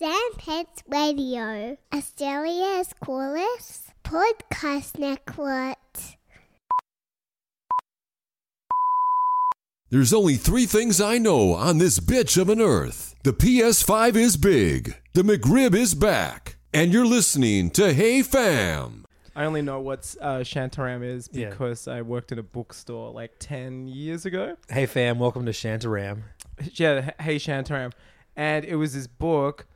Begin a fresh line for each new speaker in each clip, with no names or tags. Sandpants Radio, Australia's coolest podcast network.
There's only three things I know on this bitch of an earth. The PS5 is big, the McRib is back, and you're listening to Hey Fam.
I only know what uh, Shantaram is
Yeah.
because I worked in a bookstore like 10 years ago.
Hey fam, welcome to Shantaram.
Yeah, H- Hey Shantaram. And it was this book.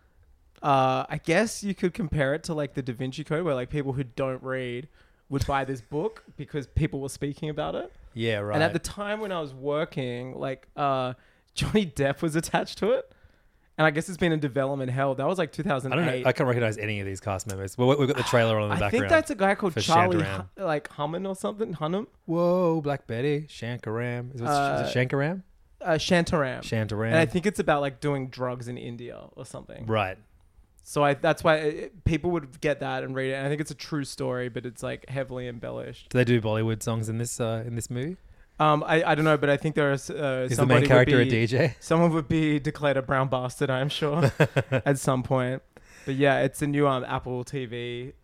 Uh, I guess you could compare it to like the Da Vinci Code, where like people who don't read would buy this book because people were speaking about it.
Yeah, right.
And at the time when I was working, like uh, Johnny Depp was attached to it. And I guess it's been in development hell. That was like 2008.
I don't know. I can't recognize any of these cast members. Well, we've got the trailer on in the
I
background.
think that's a guy called
for
Charlie,
Shantaram.
Hu- like Hummin or something. Hunnam,
Whoa, Black Betty, Shankaram. Is it,
Uh,
is it Shankaram?
uh, Shantaram.
Shantaram.
And I think it's about like doing drugs in India or something.
right.
So I that's why it, people would get that and read it. And I think it's a true story, but it's like heavily embellished.
Do they do Bollywood songs in this uh, in this movie?
Um, I, I don't know, but I think there is uh,
Is the
somebody would
main character
be-
a DJ?
Someone would be declared a brown bastard, I'm sure, at some point. But yeah, it's a new um, Apple TV series,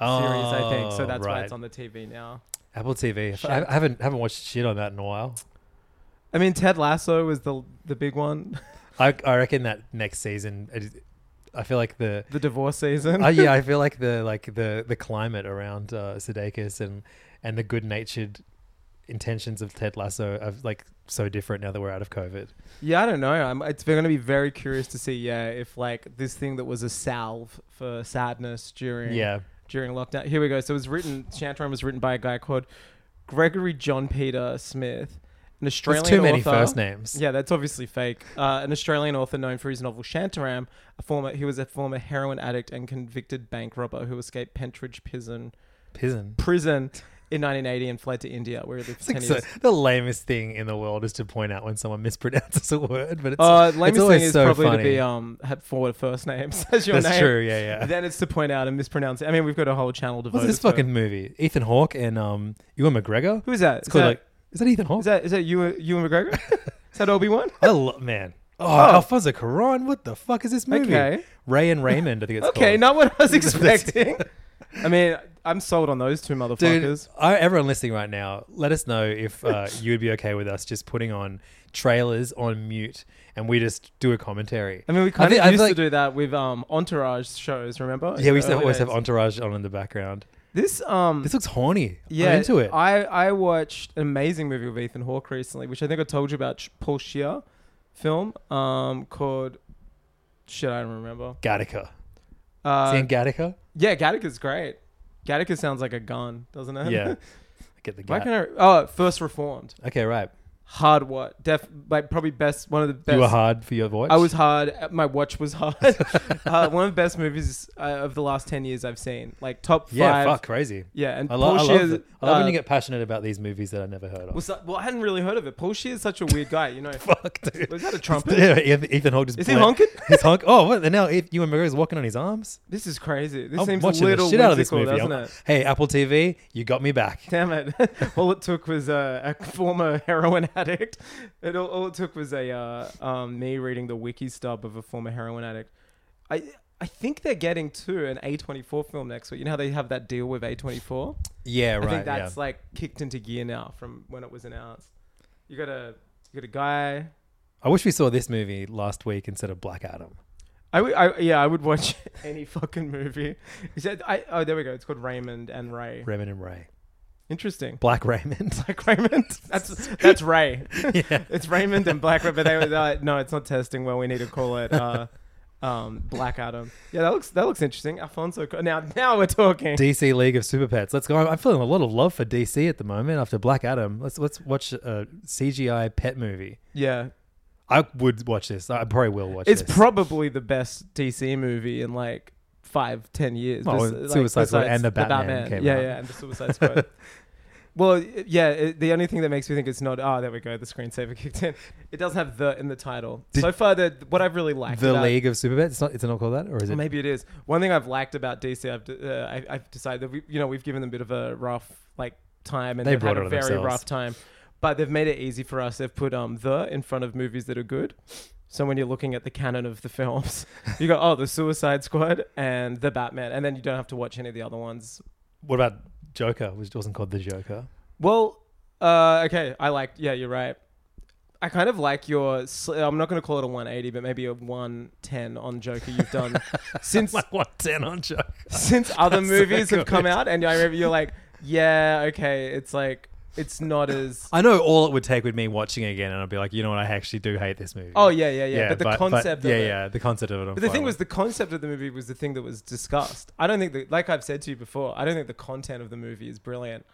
I think. So
Oh,
that's why
right.
it's on the TV now.
Apple TV. I,
Shant-
I haven't haven't watched shit on that in a while.
I mean, Ted Lasso was the the big one,
I, I reckon that next season, it is- I feel like the
the divorce season.
uh, yeah, I feel like the like the the climate around uh, Sudeikis and and the good natured intentions of Ted Lasso are like so different now that we're out of COVID.
Yeah, I don't know. I'm, it's going to be very curious to see, yeah, if like this thing that was a salve for sadness during
Yeah,
during lockdown. Here we go. So it was written. Shantaram was written by a guy called Gregory John Peter Smith, an
there's
Australian
too many
author.
first names.
Yeah, that's obviously fake. Uh, an Australian author known for his novel Shantaram, a former he was a former heroin addict and convicted bank robber who escaped Pentridge prison
Pizen.
prison in 1980 and fled to India where he lived for 10
It's like
years.
so- the lamest thing in the world is to point out when someone mispronounces a word, but it's,
Uh,
it's
lamest
always
thing is
so
probably
funny.
to be um had forward first names as your
That's
name.
true. Yeah, yeah.
Then it's to point out and mispronounce it. I mean, we've got a whole channel devoted.
What's this
to
fucking
it.
movie? Ethan Hawke and um, Ewan McGregor.
Who is that?
It's
Is
called
that,
like. Is that Ethan Hawke?
is that is that you you and McGregor? is that Obi Wan?
I lo- man. Oh, Alfonso Cuarón. What the fuck is this movie?
Okay.
Ray and Raymond. I think it's
Okay,
called.
not what I was expecting. I mean, I'm sold on those two motherfuckers.
Dude, I, everyone listening right now, let us know if uh, you would be okay with us just putting on trailers on mute and we just do a commentary.
I mean, we kind
think-
of
I feel
used
like-
to do that with um, entourage shows. Remember?
Yeah, we
In
used
the
to
early
always have
days.
entourage on in the background.
this. Um,
This looks horny.
yeah,
I'm into it.
I I watched an amazing movie with Ethan Hawke recently, which I think I told you about. Sh- Paul Shear film um, called shit. I don't remember.
Gattaca.
Uh,
Seeing Gattaca?
yeah, Gattaca's great. Gattaca sounds like a gun, doesn't it?
Yeah. Get the
Why
Gat.
can I? Oh, First Reformed.
okay, right.
Hard what? Def like probably best. One of the best.
You were hard for your voice.
I was hard. My watch was hard. uh, one of the best movies uh, of the last ten years I've seen. Like top
Yeah,
five.
fuck, crazy.
Yeah, and
I, lo- I
Paul
love,
Shear's,
it. I love when
uh,
you get passionate about these movies that I never heard of.
Was that- well, I hadn't really heard of it. Paul Shear is such a weird guy, you know.
fuck, dude.
Was that a trumpet?
Yeah, Ethan Ethan Hawke just
Is he
bled-
honking?
He's honk. Oh, what? And now Eth- Ewan McGregor's walking on his arms.
This is crazy. This
I'm
seems a
watching the
little
shit out of this
whimsical,
movie.
doesn't
I'm-
it?
Hey, Apple TV, you got me back.
Damn it! all it took was uh, a, a former heroin addict. It all, all it took was a uh, um, me reading the wiki stub of a former heroin addict. I I think they're getting to an A twenty four film next week. You know how they have that deal with A twenty four.
Yeah,
I
right.
think that's
yeah.
like kicked into gear now from when it was announced. You got a you got a guy
I wish we saw this movie last week instead of Black Adam.
I, would- I- yeah, I would watch any fucking movie. Except I oh there we go. It's called Raymond and Ray.
Raymond and Ray.
Interesting.
Black Raymond.
Black Raymond. That's that's Ray. It's Raymond and Black Raymond. But they were like, no, it's not testing well. We need to call it uh, um, Black Adam. Yeah, that looks that looks interesting. Alfonso. Co- Now now we're talking.
DC League of Super Pets. Let's go. I'm feeling a lot of love for DC at the moment after Black Adam. Let's let's watch a CGI pet movie.
yeah,
I would watch this. I probably will watch
it's
this.
probably the best DC movie in like five, ten years.
Oh,
Bes-
and Suicide Squad
besides
and the Batman came
yeah,
out.
yeah, and the Suicide Squad. well, it- yeah, it, the only thing that makes me think it's not. Oh, there we go. The screensaver kicked in. It does have the in the title.
Did-
so far, the what I've really liked.
the
about-
League of Super Pets. It's not. It's not called that, or is it?
Maybe it is. One thing I've liked about DC, I've, d- uh, I, I've decided that we, you know, we've given them a bit of a rough like time, and
They
they've
brought
had a
it
very
themselves.
rough time. But they've made it easy for us. They've put um the in front of movies that are good. So when you're looking at the canon of the films, you go, oh, the Suicide Squad and the Batman, and then you don't have to watch any of the other ones.
What about Joker? Which wasn't called the Joker.
Well, uh, okay, I like. Yeah, you're right. I kind of like your. sl- I'm not going to call it a 180, but maybe a 110 on Joker you've done since
what ten on Joker?
since other
That's so
movies have come
good.
out, and I remember you're like, yeah, okay, it's like it's not as.
I know all it would take with me watching it again, and I'd be like, you know what? I actually do hate this movie.
Oh yeah, yeah, yeah. but the concept,
yeah,
of it,
yeah, the concept of it. I'm
But the thing
fine
was,
with.
the concept of the movie was the thing that was discussed. I don't think that, like I've said to you before, I don't think the content of the movie is brilliant.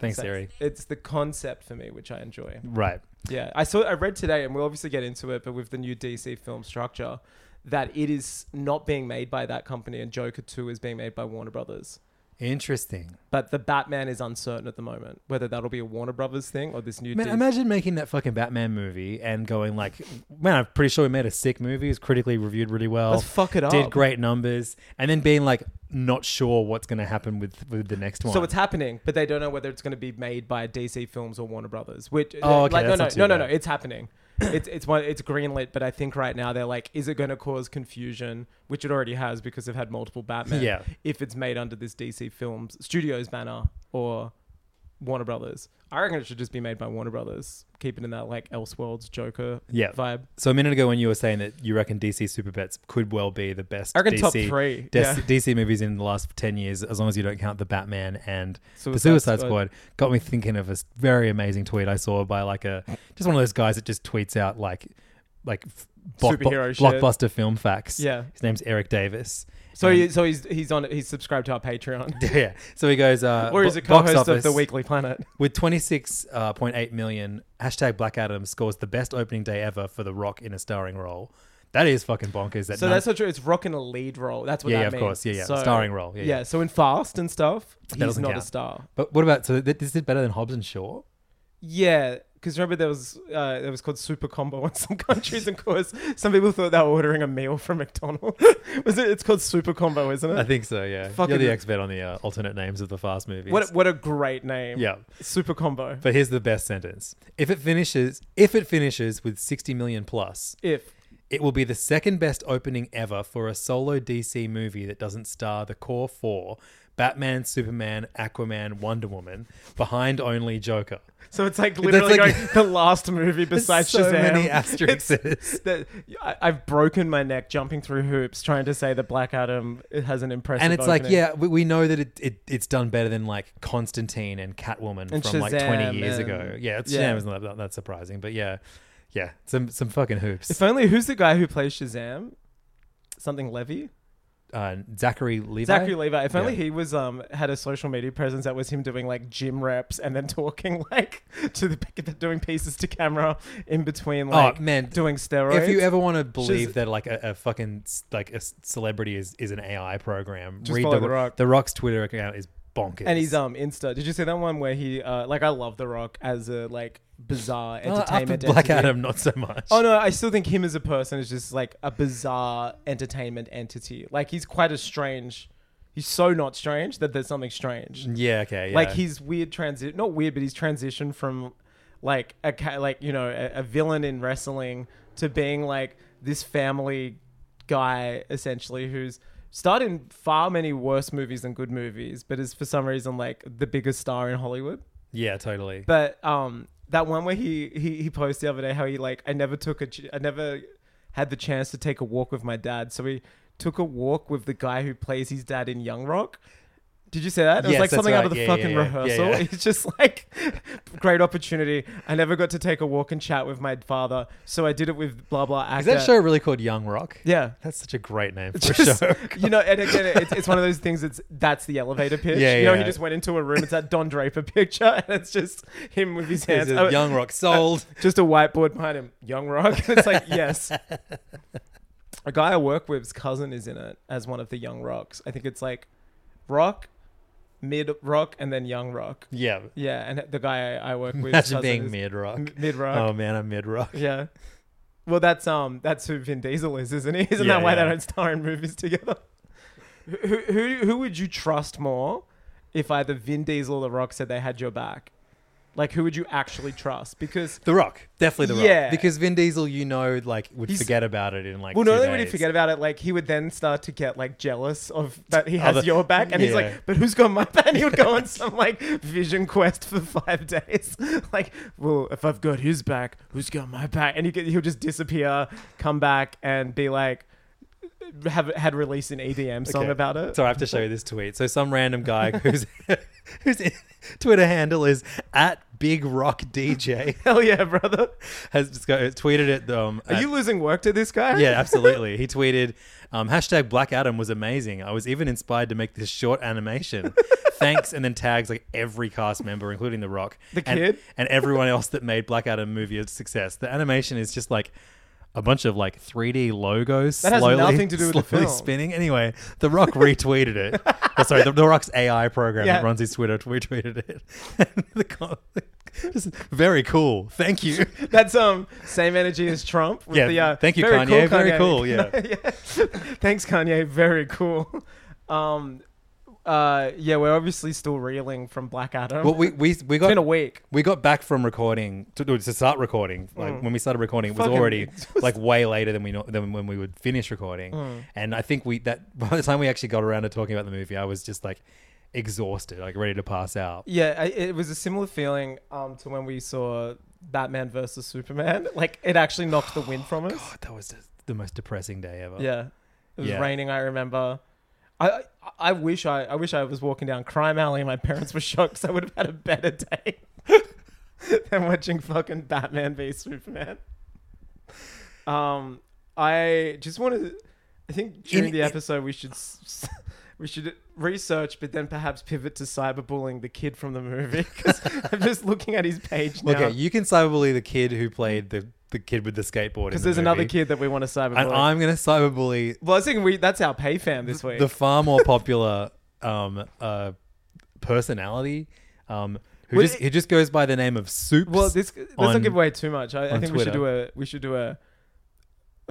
thanks,
So
Siri.
It's the concept for me which I enjoy.
Right.
Yeah, I saw. I read today, and we'll obviously get into it, but with the new DC film structure, that it is not being made by that company, and Joker Two is being made by Warner Brothers.
Interesting.
But the Batman is uncertain at the moment whether that'll be a Warner Brothers thing or this new.
Man,
DC
imagine making that fucking Batman movie and going like, man, I'm pretty sure we made a sick movie. It was critically reviewed really well.
Let's fuck it up.
Did great numbers, and then being like, not sure what's going to happen with with the next one.
So it's happening, but they don't know whether it's going to be made by DC Films or Warner Brothers. Which,
Oh, okay,
like, no,
that's
no,
not too
no, no, no,
bad.
it's happening. it's it's one, it's greenlit, but I think right now they're like, is it going to cause confusion, which it already has because they've had multiple Batman.
Yeah.
If it's made under this DC Films Studios banner or Warner Brothers, I reckon it should just be made by Warner Brothers, keeping in that like Elseworlds Joker
Yeah.
vibe.
So a minute ago, when you were saying that you reckon DC Super Pets could well be the best
I reckon
DC,
top three,
des-
yeah.
DC movies in the last ten years, as long as you don't count the Batman and the
Suicide
Suicide Squad.
Squad.
got me thinking of a s- very amazing tweet I saw by like a just one of those guys that just tweets out like like f- block-
Superhero shit.
blockbuster film facts.
Yeah.
his name's Eric Davis.
So
And-
he, so he's he's on he's subscribed to our Patreon.
yeah, so he goes uh,
Or
bo-
he's a
box
co-host of
office
the Weekly Planet.
with 26.8 million. Hashtag Black Adam scores the best opening day ever for The Rock in a starring role. That is fucking bonkers. That
So
none-
that's not true. It's rocking a lead role. That's what
Yeah,
that
yeah, of
means.
course. Yeah, yeah.
So,
Starring role. Yeah, yeah.
So in Fast and stuff, he's
doesn't
not a
count.
star.
But what about so th- this did better than Hobbs and Shaw?
Yeah, because remember there was uh, there was called Super Combo in some countries, and of course some people thought they were ordering a meal from McDonald's. was it? It's called Super Combo, isn't it?
I think so. Yeah,
Fucking-
you're the expert on the uh, alternate names of the fast movies.
what what a great name.
yeah,
Super Combo.
but here's the best sentence: If it finishes, if it finishes with 60 million plus,
If
it will be the second best opening ever for a solo DC movie that doesn't star the core four: Batman, Superman, Aquaman, Wonder Woman, behind only Joker.
so, it's like literally
like-
going, the last movie besides
so
Shazam.
many
It's-
asterisks.
that- I, I've broken my neck jumping through hoops trying to say that Black Adam has an impressive.
and it's like,
opening.
yeah, we, we know that it, it it's done better than like Constantine and Catwoman
And
from like twenty
Shazam
years ago.
and-
Yeah, it's
yeah.
Shazam isn't that, that surprising, but yeah, yeah, some some fucking hoops.
If only who's the guy who plays Shazam? Something Levy?
uh, Zachary Levi.
Zachary Levi. If only
Yeah.
he was um had a social media presence that was him doing like gym reps and then talking like to the doing pieces to camera in between like
oh man,
doing steroids.
if you ever want to believe
Shaz-
that like a, a fucking s- like a s- celebrity is is an AI program,
Just
read
follow
the,
The Rock.
The Rock's Twitter account is bonkers.
and he's um Insta. Did you see that one where he uh like I love The Rock as a like bizarre
Well,
entertainment
after Black
entity.
Adam, not so much.
Oh no, I still think him as a person is just like a bizarre entertainment entity. Like he's quite a strange. He's so not strange that there's something strange.
Mm, Yeah, okay, yeah.
Like he's weird transit, not weird, but he's transitioned from like a ca- like you know a, a villain in wrestling to being like this family guy essentially who's starred in far many worse movies than good movies, but is for some reason like the biggest star in Hollywood.
yeah, totally.
But um, that one where he he he posted the other day how he like I never took a ch- I never had the chance to take a walk with my dad, so he took a walk with the guy who plays his dad in Young Rock. Did you say that? It was
Yes,
like
that's
something out of
right.
the
Yeah, yeah,
fucking
yeah. Yeah,
rehearsal.
yeah.
It's just like great opportunity. I never got to take a walk and chat with my father, so I did it with blah blah
Is
actor.
that show really called Young Rock?
Yeah.
That's such a great name for
uh, Just-
a show.
you know, and again, it's, it's one of those things. It's that's the elevator pitch.
Yeah,
you know,
yeah.
he just went into a room. It's that Don Draper picture, and it's just him with his
This
hands.
is
oh,
Young Rock sold.
just a whiteboard behind him. Young Rock. it's like yes. A guy I work with's cousin is in it as one of the Young Rocks. I think it's like Rock, Mid Rock, and then Young Rock.
yeah.
Yeah, and the guy I, I work with.
Imagine being mid rock.
Mid Rock.
Oh man, I'm mid rock.
Yeah. Well, that's um, that's who Vin Diesel is, isn't he? Isn't
Yeah,
that why
yeah.
they don't star in movies together? Who, who who would you trust more if either Vin Diesel or The Rock said they had your back? Like, who would you actually trust? Because
The Rock, definitely The Rock,
Yeah.
because Vin Diesel, you know, like would
He's-
forget about it in like.
well, not
two
only would he
days.
forget about it, like he would then start to get like jealous of that he has
Other-
your back, and he's
Yeah.
like, "But who's got my back?" And he would go on some like vision quest for five days. like, well, if I've got his back, who's got my back? And he could, he'll just disappear, come back, and be like, have had released an EDM song
Okay.
about it.
So I have to show you this tweet. So some random guy whose whose Twitter handle is at Big Rock DJ
Hell yeah, brother!
has just go, tweeted it. Um,
Are
at-
you losing work to this guy?
yeah, absolutely. He tweeted, um, hashtag Black Adam was amazing. I was even inspired to make this short animation. Thanks, and then tags like every cast member, including The Rock,
The
and,
kid?
and everyone else that made Black Adam movie a success. The animation is just like a bunch of like 3D logos
That has
slowly,
nothing to do with the
slowly
film.
spinning. Anyway, The Rock retweeted it. Oh, sorry, the, the Rock's AI program
Yeah.
that runs his Twitter retweeted it. And the com- just very cool. Thank you.
That's um same energy as Trump. With
Yeah,
The, uh,
thank you,
very
Kanye. Very cool, yeah.
Thanks, Kanye. Very cool. Um, uh, yeah, we're obviously still reeling from Black Adam.
Well, we we we
it's
got
been a week.
we got back from recording to, to start recording. Like when we started recording, it was
Mm. Fucking-
already like way later than we know, than when we would finish recording.
Mm.
And I think we that by the time we actually got around to talking about the movie, I was just like exhausted, like ready to pass out.
Yeah, I, it was a similar feeling um to when we saw Batman versus Superman. Like it actually knocked the wind from us.
God, that was the, the most depressing day ever.
Yeah, it was
Yeah.
raining. I remember. I, I I wish I I wish I was walking down Crime Alley and my parents were shocked. I would have had a better day than watching fucking Batman v Superman. Um, I just want to. I think during
In-
the
in-
episode we should s- s- we should research, but then perhaps pivot to cyberbullying the kid from the movie because I'm just looking at his page now.
Look, at you can cyberbully the kid who played the the kid with the skateboard.
Because there's another kid that we want to cyberbully.
and I'm gonna cyberbully
well, I was thinking we, that's our pay fam this week.
the far more popular um uh personality um who
Well,
just
it-
who just goes by the name of Soups.
Well, this let's
on-
not give away too much. I, I
on
think we
Twitter.
should do a we should do a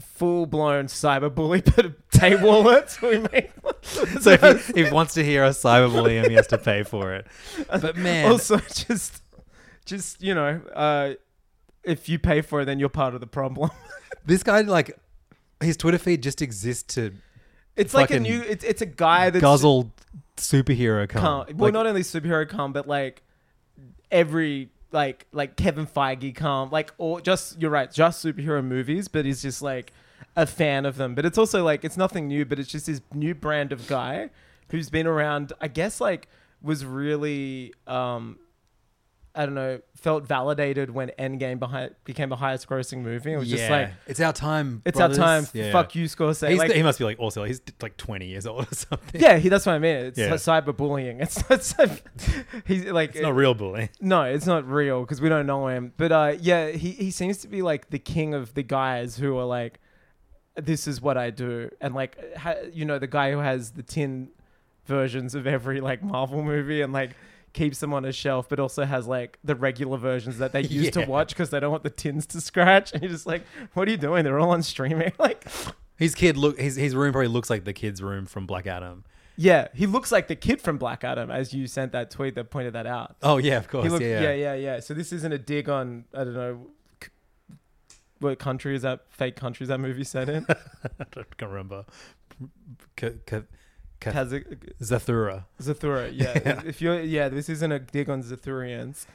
full blown cyberbully, but a paywall it. So we make
so if he, if he wants to hear us cyberbully him, he has to pay for it. But man,
also just just you know, uh, if you pay for it, then you're part of the problem.
this guy like his Twitter feed just exists to
It's like a
Fucking
new. It's it's a guy that's
guzzle superhero
Cum.
cum.
Well,
Like,
not only superhero cum, but like every like like Kevin Feige cum, like or just you're right, just superhero movies, but he's just like a fan of them. But it's also like it's nothing new, but it's just this new brand of guy who's been around. I guess like was really um I don't know, felt validated when Endgame behind, became the highest grossing movie. It was
yeah,
just like.
it's our time.
It's
brothers.
our time.
Yeah.
Fuck you, Scorsese.
He's-
Like-
he must be like also he's like twenty years old or something.
yeah, he, that's what I mean. It's
Yeah.
cyberbullying. It's, it's, he's like
it's not real bullying.
No, it's not real because we don't know him. But uh, yeah, he, he seems to be like the king of the guys who are like, this is what I do. And like, ha- you know, the guy who has the tin versions of every like Marvel movie and like keeps them on a shelf, but also has like the regular versions that they used to
Yeah.
watch because they don't want the tins to scratch. And you're just like, what are you doing? They're all on streaming. Like,
His kid look his his room probably looks like the kid's room from Black Adam.
yeah, he looks like the kid from Black Adam, as you sent that tweet that pointed that out.
Oh yeah, of course.
He looked,
yeah,
yeah, yeah, yeah. So this isn't a dig on I don't know c- what country is that fake country is that movie set in?
I don't- can't remember. K- K- Ka-
Kazakh
Zathura.
Zathura. Yeah. If you're yeah, this isn't a dig on Zathurians.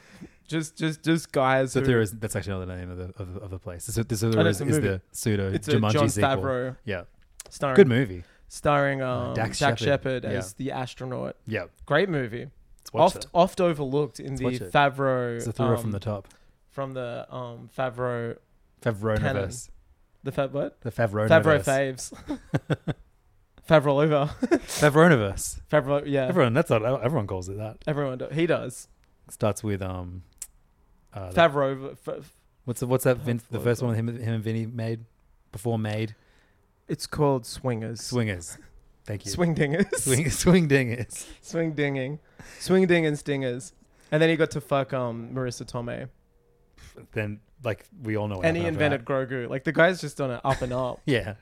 Just just just guys. who-
Zathura is that's actually not the name of the of, the- of the place. Zathura
I
Zathura
know,
is,
it's a
is
movie.
the pseudo
it's a
Jumanji
John
sequel.
Favreau
Yeah,
starring
good movie.
starring um,
Dax
Jack Shepard
Shepard, yeah.
as the astronaut.
Yeah,
Great movie.
let's watch
Oft oft overlooked in
watch
the
it.
Favreau
that. Zathura
um,
from the top.
from the um Favreau canon.
Favronaverse.
the Fav what
The Favronaverse.
Favreau faves. Favreau over
Favronaverse.
Favreau. Yeah,
Everyone, that's not everyone calls it that.
everyone do- he does.
Starts with um, uh, that-
Favreau. F-
what's the, what's that? Vin, the
Favreau.
first one him him and Vinny made before made
it's called swingers.
swingers. Thank you.
Swing dingers.
swing swing dingers.
Swing dinging. Swing ding and stingers. And then he got to fuck um, Marissa Tomei.
Then like we all know. What
and he
happened after
invented Grogu. Like the guy's just on an up and up.
that. Yeah,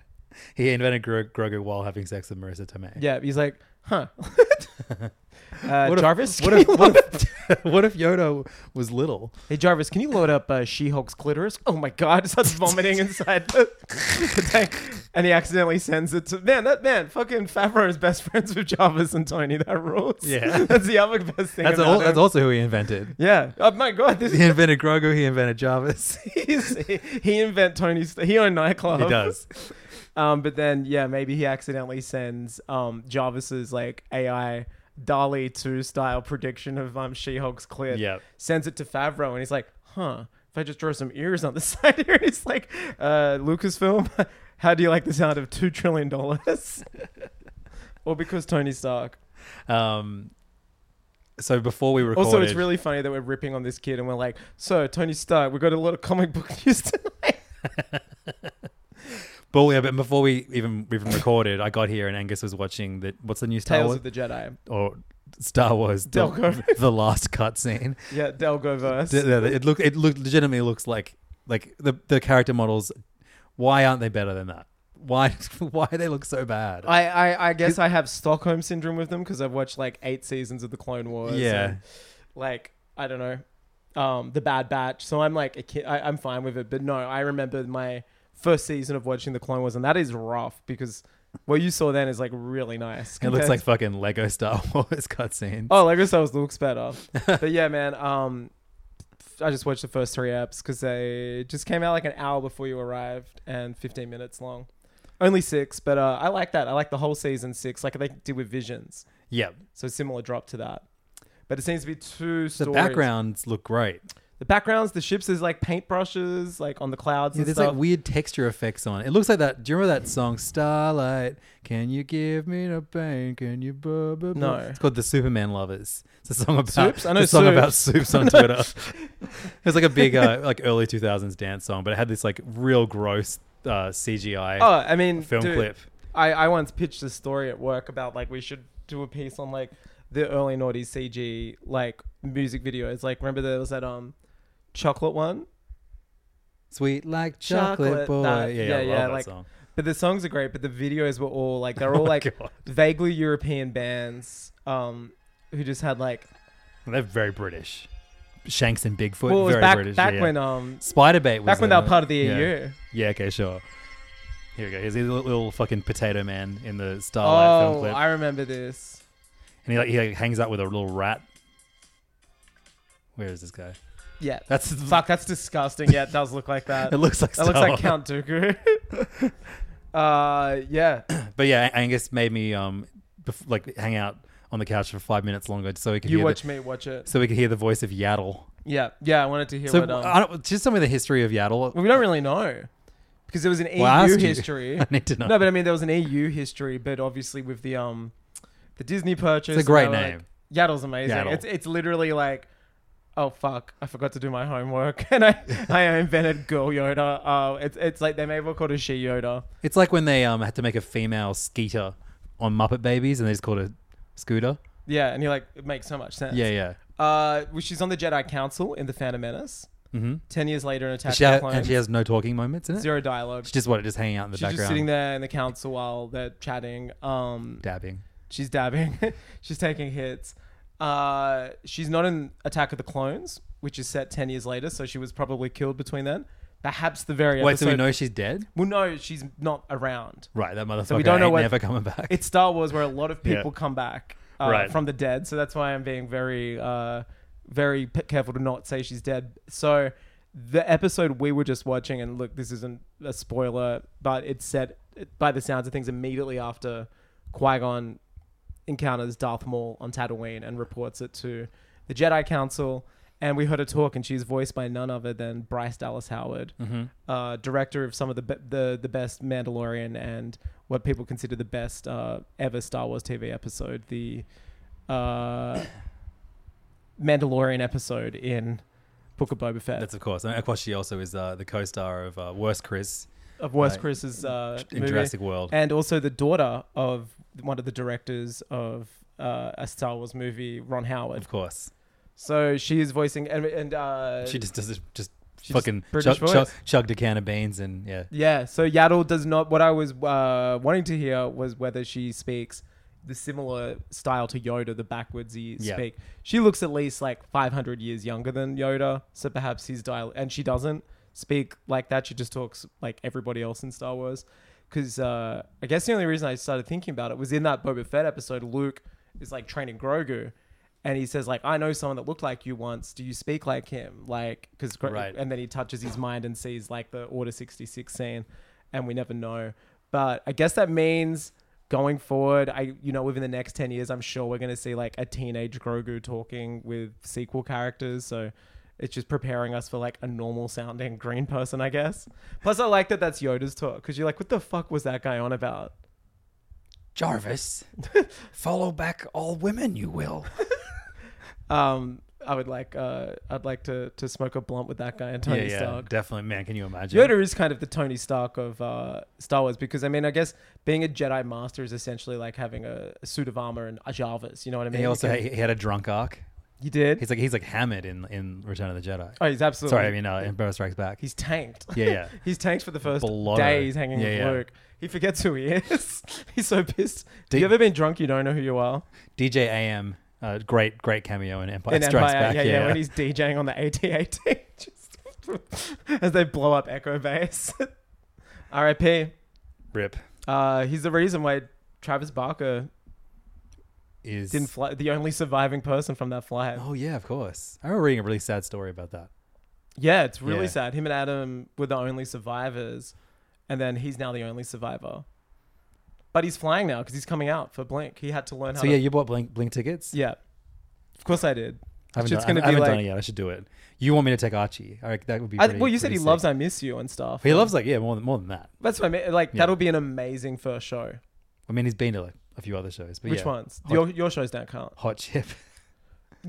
he invented Gro- Grogu while having sex with Marissa Tomei.
yeah, he's like, huh. uh,
What if-
Jarvis,
What
can
if,
you
what,
load-
if, what if Yoda was little?
hey Jarvis, can you load up uh, She-Hulk's clitoris? Oh my God, it starts vomiting inside the, the tank, and he accidentally sends it to man. That man, fucking Favreau is best friends with Jarvis and Tony. That rules.
Yeah.
that's the other best thing.
That's
about
all,
him.
that's also who he invented.
Yeah. Oh my God, this
He invented Grogu. He invented Jarvis.
he's, he, he invent Tony. St- he owned nightclub.
He does.
Um, but then yeah, maybe he accidentally sends um Jarvis's like AI Dali two style prediction of um She Hulk's clip.
Yep.
Sends it to Favreau and he's like, huh. If I just draw some ears on the side here, it's like, uh, Lucasfilm, how do you like the sound of two trillion dollars? or because Tony Stark.
Um, so before we recorded,
Also, it's really funny that we're ripping on this kid and we're like, so Tony Stark, we got a lot of comic book news tonight.
But yeah, but before we even even recorded, I got here and Angus was watching the what's the new Star
Tales
Wars
of the Jedi.
or Star Wars the,
Delco.
the last cutscene.
Yeah, Delgo verse.
D- yeah, It look it look legitimately looks like like the the character models. Why aren't they better than that? Why why they look so bad?
I, I, I guess I have Stockholm syndrome with them because I've watched like eight seasons of the Clone Wars.
Yeah.
and, like I don't know, um, the Bad Batch. So I'm like a kid. I, I'm fine with it. But no, I remember my first season of watching the Clone Wars, and that is rough because what you saw then is like really nice.
it looks
compared
like fucking Lego Star Wars cutscene.
Oh, Lego Star Wars looks better. but yeah, man. Um, I just watched the first three apps because they just came out like an hour before you arrived and 15 minutes long. Only six, but uh, I like that. I like the whole season six, like they did with Visions.
yeah,
So similar drop to that. But it seems to be two
the
stories.
backgrounds look great.
the backgrounds, the ships is like paintbrushes, like on the clouds
Yeah,
and
there's
stuff.
like weird texture effects on it. It looks like that. Do you remember that song Starlight? Can you give me the pain? Can you? Blah, blah, blah?
No.
It's called the Superman Lovers. It's a song about
Soups? I know
it's a song
Soups.
about soups on Twitter. it's like a big uh, like early 2000s dance song, but it had this like real gross uh, CGI
oh, I mean,
film
dude,
clip.
I, I once pitched a story at work about like we should do a piece on like the early naughty CG like music videos. Like remember there was that um chocolate one?
Sweet like chocolate,
Chocolate,
boy.
that-
yeah,
yeah,
I love
yeah,
that
like-
song.
But the songs are great, but the videos were all like they're
Oh
all
my
like
God.
vaguely European bands, um, who just had like
they're very British. Shanks and Bigfoot,
well, it was
very
back
British.
back
yeah.
when um
Spider Bait was
back when they
in
were
it.
part of the E
Yeah.
EU.
Yeah, okay, sure. Here we go. Here's a little, little fucking potato man in the Starlight film
Oh,
clip,
I remember this.
and he like he like, hangs out with a little rat. Where is this guy?
Yeah,
That's
fuck, that's disgusting. Yeah, it does look like that.
It looks like
that looks
Star
like Count Dooku. uh, yeah.
Wars. But yeah, Angus made me um bef- like hang out on the couch for five minutes longer so we could
You
hear
watch
the,
me watch it.
so we could hear the voice of Yaddle.
Yeah, yeah. I wanted to hear
So
what. Um,
I don't, just tell me the history of Yaddle.
well, we don't really know because there was an
Well, I
EU
asked you.
history.
I need to know.
no, but I mean there was an EU history, but obviously with the um the Disney purchase,
it's a great
and they were
name.
Like, Yaddle's amazing.
Yaddle.
It's it's literally like. Oh fuck! I forgot to do my homework, and I I invented Girl Yoda. Oh, it's it's like they may well called a She Yoda.
It's like when they um had to make a female Skeeter on Muppet Babies, and they just called it Scooter.
Yeah, and you're like, it makes so much sense.
Yeah, yeah.
Uh, well, she's on the Jedi Council in the Phantom Menace.
Mm-hmm.
Ten years later, in Attack
She
of the
ha- and
Clones.
she has no talking moments in it.
zero dialogue.
She's just what, just hanging out in the
She's
background,
just sitting there in the council while they're chatting. Um,
dabbing.
she's dabbing. she's taking hits. Uh, she's not in Attack of the Clones, which is set ten years later, so she was probably killed between then. Perhaps the very
Wait,
episode.
so we know she's dead?
Well, no, she's not around.
Right, that motherfucker
we don't know
ain't
what-
never coming back.
It's Star Wars where a lot of
Yeah.
people come back uh,
Right.
from the dead, so that's why I'm being very, uh, very p- careful to not say she's dead. So the episode we were just watching, and look, this isn't a spoiler, but it's set by the sounds of things immediately after Qui Gon encounters Darth Maul on Tatooine and reports it to the Jedi Council. And we heard her talk, and she's voiced by none other than Bryce Dallas Howard, uh, director of some of the, be- the the best Mandalorian and what people consider the best uh, ever Star Wars TV episode, the uh, Mandalorian episode in Book of Boba Fett.
That's of course. And of course, she also is uh, the co-star of uh, Worst Chris
of Worst
Right.
Chris's uh,
in
movie.
Jurassic World.
and also the daughter of one of the directors of uh, a Star Wars movie, Ron Howard.
of course,
So she is voicing and, and uh,
she just does it. Just
she just
fucking
British
chug, chug,
voice.
chugged a can of beans and yeah.
yeah. So Yaddle does not. What I was uh, wanting to hear was whether she speaks the similar style to Yoda, the backwardsy
Yeah.
speak. She looks at least like 500 years younger than Yoda, so perhaps his dial and she doesn't speak like that. She just talks like everybody else in Star Wars. Because uh, I guess the only reason I started thinking about it was in that Boba Fett episode, Luke is like training Grogu. And he says, like, I know someone that looked like you once. Do you speak like him? Like, because
Right.
and then he touches his mind and sees like the Order 66 scene, and we never know. But I guess that means going forward, I you know, within the next 10 years, I'm sure we're going to see like a teenage Grogu talking with sequel characters. So it's just preparing us for like a normal sounding green person, I guess. Plus, I like that that's Yoda's talk because you're like, what the fuck was that guy on about?
Jarvis, follow back all women. You will.
Um, I would like, uh, I'd like to to smoke a blunt with that guy and Tony
yeah, yeah,
Stark.
definitely, man. Can you imagine?
Yoda is kind of the Tony Stark of uh, Star Wars because I mean, I guess being a Jedi Master is essentially like having a, a suit of armor and a Jarvis. You know what I mean?
He also
you,
he, he had a drunk arc.
you did.
He's like he's like hammered in in Return of the Jedi.
oh, he's absolutely.
Sorry, I mean uh, Empire Strikes Back.
he's tanked.
yeah, yeah.
he's tanked for the first
Blotto.
day. He's hanging
Yeah,
with
yeah.
Luke. He forgets who he is. he's so pissed.
Did-
you ever been drunk? You don't know who you are.
DJ AM, uh, great great cameo in Empire
in
Strikes
Empire,
Back.
yeah, yeah, when he's DJing on the AT-AT, just as they blow up Echo Base. R.I.P.
Rip
Uh, he's the reason why Travis Barker
is.
didn't fly. The only surviving person from that flight.
oh yeah, of course. I remember reading a really sad story about that.
Yeah, it's really
Yeah.
sad. Him and Adam were the only survivors, and then he's now the only survivor. But he's flying now because he's coming out for Blink. He had to learn how.
So
to,
yeah, you bought Blink Blink tickets.
yeah. Of course I did.
I haven't,
Shit's
done, I
gonna
haven't
be
done
like-
it yet. I should do it. You want me to take Archie? All right, that would be.
I,
pretty-
well, you said
pretty
he
sick.
loves "I Miss You" and stuff.
He loves like yeah more than more than that.
That's what I mean. Like
Yeah.
that'll be an amazing first show.
I mean, he's been to like a few other shows. But
Which
yeah.
ones?
Hot-
Your, your shows don't count.
Hot Chip.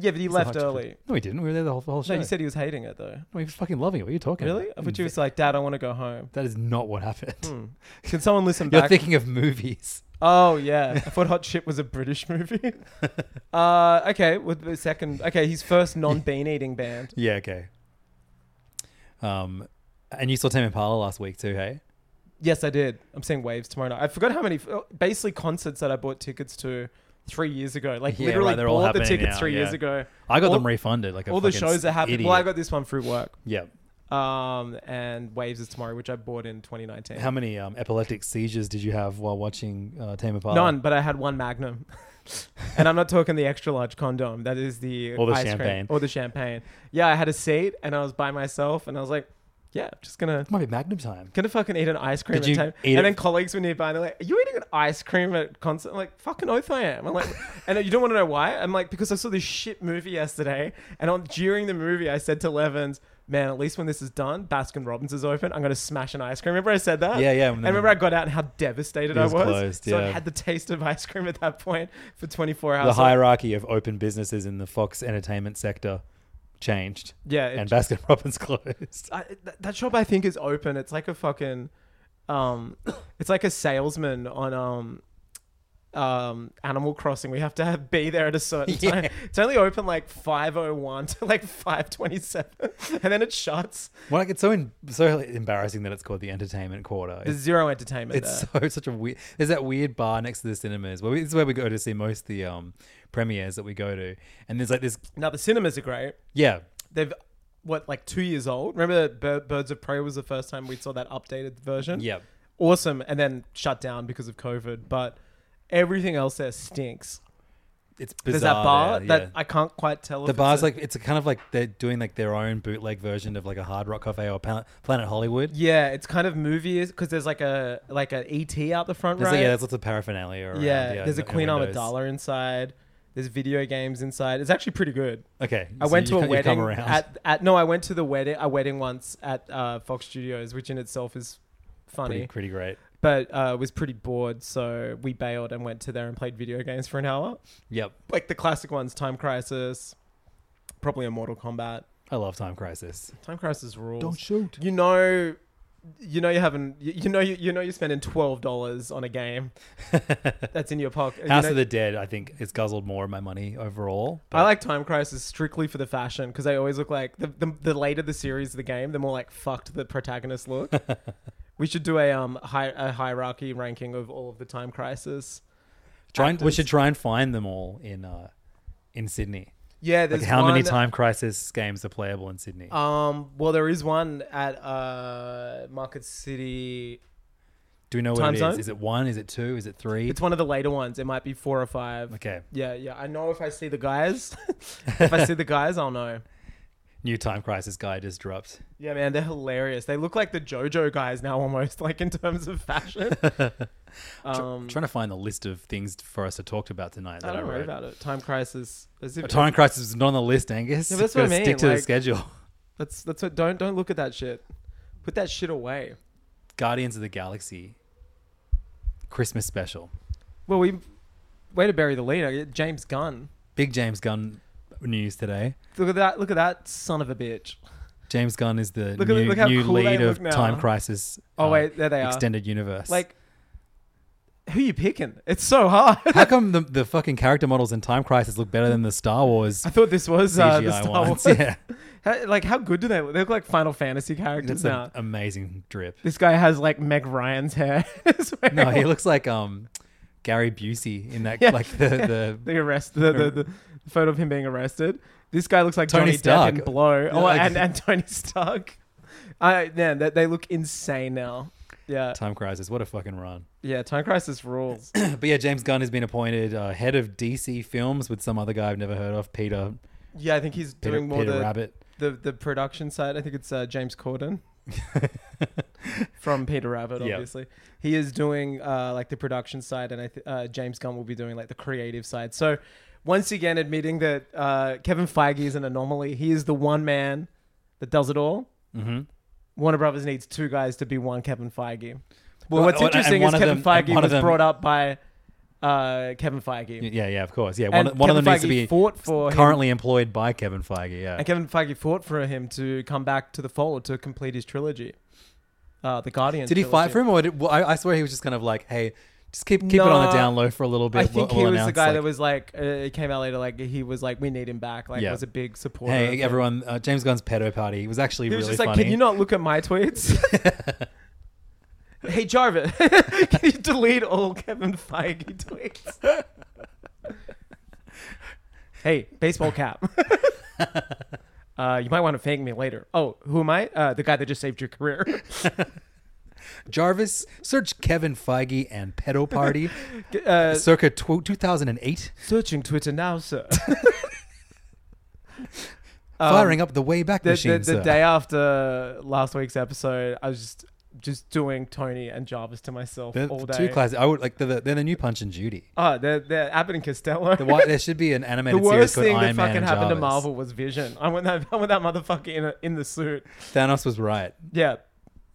Yeah, but he
It's a hot
left
chip.
early.
No, he didn't. We were there the whole, the whole show.
No, you said he was hating it though.
No, he was fucking loving it. What are you talking?
Really?
About?
I thought you was like, Dad, I want to go home.
That is not what happened.
Hmm. Can someone listen
You're
back?
thinking of movies.
oh yeah, I thought Hot Chip was a British movie. uh, okay, with the second. Okay, his first non-bean eating band.
Yeah. Okay. Um, and you saw Tame Impala last week too, hey?
Yes, I did. I'm seeing Waves tomorrow night. I forgot how many oh, basically concerts that I bought tickets to three years ago. Like
Yeah,
literally
right, they're all
bought the
happening
tickets
now,
three years
yeah.
ago.
I got
All-
them refunded. Like a
All the
fucking
shows that happened.
Idiot.
Well, I got this one through work.
yeah.
Um, and Waves is tomorrow, which I bought in 2019.
How many um, epileptic seizures did you have while watching uh, Tame Impala?
None, but I had one Magnum. and I'm not talking the extra large condom. That is the
Or the
ice cream-
champagne.
or the champagne. Yeah, I had a seat and I was by myself and I was like, yeah, just gonna
It might be Magnum time.
gonna fucking eat an ice cream
Did
at
you
time.
eat
And
it-
then colleagues were nearby and they're like, Are you eating an ice cream at concert? I'm like, fucking oath I am. I'm like and you don't want to know why? I'm like, because I saw this shit movie yesterday and on during the movie I said to Levens, Man, at least when this is done, Baskin Robbins is open. I'm gonna smash an ice cream. Remember I said that?
Yeah, yeah.
And remember I got out and how devastated
It
I
was
was.
closed,
so
yeah.
I had the taste of ice cream at that point for 24 hours.
the
So-
hierarchy of open businesses in the Fox entertainment sector changed,
yeah, it-
and Baskin Robbins closed.
I, th- that shop I think is open. It's like a fucking, um, it's like a salesman on um, um, Animal Crossing. We have to have, be there at a certain
Yeah.
time. It's only open like 5:01 to like 5:27, and then it shuts.
Well, like it's so in, so embarrassing that it's called the entertainment quarter.
There's
It's,
zero entertainment
it's
there.
so such a weird. There's that weird bar next to the cinemas where we, this is where we go to see most of the um, premieres that we go to, and there's like this
Now the cinemas are great.
yeah.
They've what like two years old. Remember that Bir- Birds of Prey was the first time we saw that updated version.
Yep.
awesome, and then shut down because of COVID. But everything else there stinks.
It's bizarre.
There's that bar
there,
that
yeah.
I can't quite tell.
the
if it's
bar's
a-
like it's a kind of like they're doing like their own bootleg version of like a Hard Rock Cafe or Pla- Planet Hollywood.
yeah, it's kind of movie because there's like a like an ET out the front
There's
right.
like, yeah, there's lots of paraphernalia. Around,
yeah, there's a
and- and
Queen
windows.
Amidala inside. There's video games inside. It's actually pretty good.
Okay,
I
so
went
you
to a
come- you
wedding
Come around.
at, at no, I went to the wedding a wedding once at uh, Fox Studios, which in itself is funny,
pretty, pretty great.
but uh, was pretty bored. So we bailed and went to there and played video games for an hour,
Yep,
like the classic ones: Time Crisis, probably a Mortal Kombat.
I love Time Crisis.
Time Crisis rules.
shoot.
you know, you know you haven't. You you know you, you know you're spending twelve dollars on a game that's in your pocket. You
House
know-
of the Dead, I think, has guzzled more of my money overall.
I like Time Crisis strictly for the fashion because I always look like the, the the later the series, the game, the more like fucked the protagonists look. we should do a um hi- a hierarchy ranking of all of the Time Crisis.
Try and, we should try and find them all in uh, in Sydney.
Yeah, there's
Like how many
one-
Time Crisis games are playable in Sydney?
Um, well, there is one at uh Market City.
Do we know what
time
it is?
zone?
Is it one? Is it two? Is it three?
It's one of the later ones. It might be four or five.
okay,
Yeah, yeah. I know if I see the guys. if I see the guys, I'll know.
new Time Crisis guy just dropped.
Yeah, man, they're hilarious. They look like the JoJo guys now, almost like in terms of fashion. Um,
trying to find the list of things for us to talk about tonight
I
that I,
don't worry
wrote.
about it. Time crisis. As if,
Time Crisis is not on the list, Angus.
Yeah, but that's
Gotta
what I mean,
Stick to
like-
the schedule.
that's that's what. Don't don't look at that shit. Put that shit away.
Guardians of the Galaxy Christmas special.
Well, we way to bury the lead. I get James Gunn.
Big James Gunn news today.
Look at that. Look at that son of a bitch.
James Gunn is the
Look at-
new,
look how
new
cool they
lead of
look now.
Time Crisis.
Oh
uh,
wait, there they are.
extended universe.
Like, who you picking? It's so hard.
how come the, the fucking character models in Time Crisis look better than the Star Wars
I thought this was uh, the
CGI
Star
ones?
Wars.
Yeah,
How- like, how good do they look? They look like Final Fantasy characters
it's
now.
an amazing drip.
this guy has like Meg Ryan's hair. It's wearing
No, he looks like um Gary Busey in that
Yeah.
like the the
the arrest the, the, the photo of him being arrested. This guy looks like
Tony
Johnny
Stark.
Depp in Blow. Oh,
like-
and, and Tony Stark. I man, they, they look insane now. Yeah,
Time Crisis. What a fucking run.
yeah. Time Crisis rules.
But yeah, James Gunn has been appointed uh, head of DC Films with some other guy I've never heard of, Peter
Yeah, I think he's
Peter,
doing more
Peter
the,
Rabbit.
the the production side. I think it's uh, James Corden from Peter Rabbit.
Yeah.
Obviously, he is doing uh, like the production side, and I th- uh, James Gunn will be doing like the creative side. So. Once again, admitting that uh, Kevin Feige is an anomaly. He is the one man that does it all.
Mm-hmm.
Warner Brothers needs two guys to be one Kevin Feige. Well,
Well,
what's
and-
interesting
and
is
one of
Kevin
them- and
Feige
one of
was
them-
brought up by uh, Kevin Feige.
Yeah, yeah, of course. Yeah, one,
And
of- one of
Kevin
them needs to
Feige
be
fought for him.
currently employed by Kevin Feige. Yeah,
And Kevin Feige fought for him to come back to the fold to complete his trilogy, uh, the Guardian.
did he fight for him, or did, well, I, I swear he was just kind of like, hey, just keep keep it on the
Nah,
down low for a little bit.
I think
We'll-
he
we'll
was the
announce,
guy
like,
that was like, uh, it came out later, like he was like, we need him back. Like,
Yeah.
was a big supporter. of
Hey
him.
everyone! Uh, James Gunn's pedo party was actually
He was
really
just like,
funny.
can you not look at my tweets? hey Jarvis, can you delete all Kevin Feige tweets? hey, baseball cap. uh, you might want to thank me later. Oh, who am I? Uh, the guy that just saved your career.
Jarvis, search Kevin Feige and pedo party,
Uh,
circa tw- 2008,
searching Twitter now, sir. Um,
firing up the Wayback
the,
Machine.
the, the
sir.
day after last week's episode, I was just just doing Tony and Jarvis to myself
They're
all
the
day.
two classic. I would like. They're the, they're the new Punch and Judy.
Oh, they're, they're Abbott and Costello.
The, why, there should be an
The
animated series
worst
called
thing
Iron
that
Man
fucking
and
happened to
Jarvis.
Marvel was Vision. I want that, I want that motherfucker in, a, in the suit.
Thanos was right.
Yeah,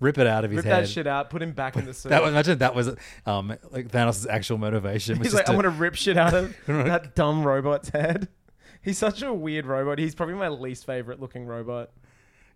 Rip it out of his
rip
head.
that shit out, put him back in the suit.
That was, imagine that was um, like Thanos' actual motivation. Was
He's
just
like,
to,
I want to rip shit out of that dumb robot's head. He's such a weird robot. He's probably my least favorite looking robot.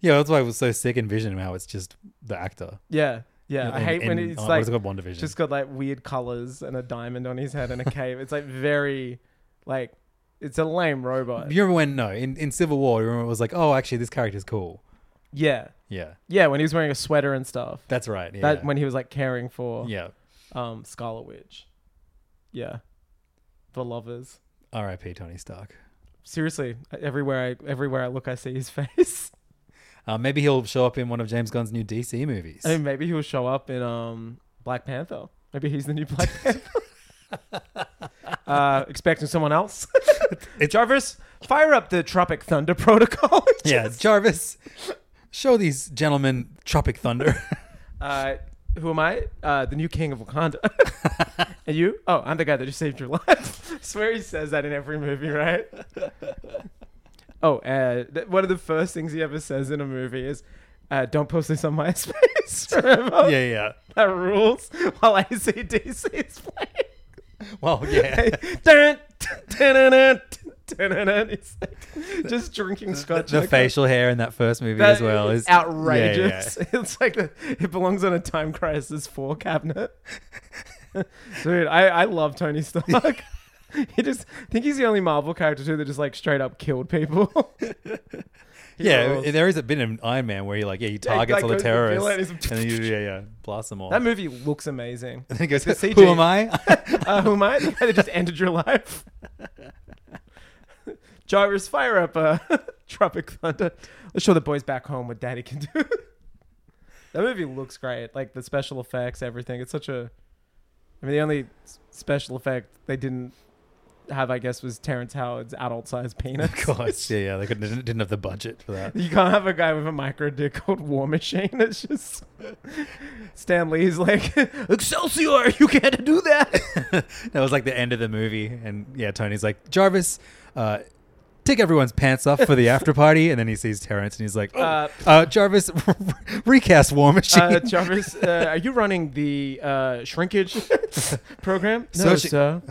yeah, that's why I was so sick in Vision. How it's just the actor.
Yeah, yeah. I
In-
hate when
in-
it's
uh, what
like
is it called? WandaVision.
just got like weird colors and a diamond on his head and a cave. It's like very, like, it's a lame robot.
you remember when? No, in, in Civil War, you remember it was like, oh, actually, this character's cool.
Yeah,
Yeah,
yeah. When he was wearing a sweater and stuff.
that's right. Yeah.
That when he was like caring for.
yeah.
um, Scarlet Witch. Yeah, the lovers.
R.I.P. Tony Stark.
Seriously, everywhere I everywhere I look, I see his face.
Uh, maybe he'll show up in one of James Gunn's new DC movies.
And maybe he'll show up in um, Black Panther. Maybe he's the new Black Panther. uh, expecting someone else. Jarvis, fire up the Tropic Thunder Protocol.
yeah, Jarvis, show these gentlemen Tropic Thunder.
Uh, who am I? Uh, the new king of Wakanda. and you? Oh, I'm the guy that just saved your life. I swear he says that in every movie, right? oh, uh, th- one of the first things he ever says in a movie is, uh, "Don't post this on MySpace." Remember?
yeah, yeah.
That rules. While ACDC is playing.
Well, yeah.
Dun, dun, dun, dun, dun, dun, dun, dun. It's like just drinking scotch. in
the
a cup.
facial hair in that first movie
That
as well is Yeah, yeah,
outrageous. It's like the, it belongs on a Time Crisis Four cabinet. Dude, I, I love Tony Stark. he just I think he's the only Marvel character too that just like straight up killed people. He
Yeah,
rules.
there is a bit in Iron Man where he like yeah he
Yeah, he,
targets
like,
all the
goes to the
terrorists
villain,
and
he's-
then you yeah yeah blast them all.
that movie looks amazing.
and he goes,
The CG
"Who am I?"
uh, who am I? The guy that just ended your life. Jarvis, fire up uh, Tropic Thunder. Let's show the boys back home what Daddy can do. that movie looks great. Like the special effects, everything. It's such a. I mean, the only s- special effect they didn't have, I guess, was Terrence Howard's adult-sized penis.
of course, yeah, yeah. They couldn't, didn't- didn't have the budget for that.
You can't have a guy with a micro dick called War Machine. It's just Stan Lee's like Excelsior. You can't do that.
That was like the end of the movie, and yeah, Tony's like, "Jarvis, uh, take everyone's pants off for the after party," and then he sees Terrence, and he's like, oh,
Uh,
uh, "Jarvis, recast War Machine."
Uh, Jarvis, uh, are you running the uh, shrinkage program? No,
Searching-
sir.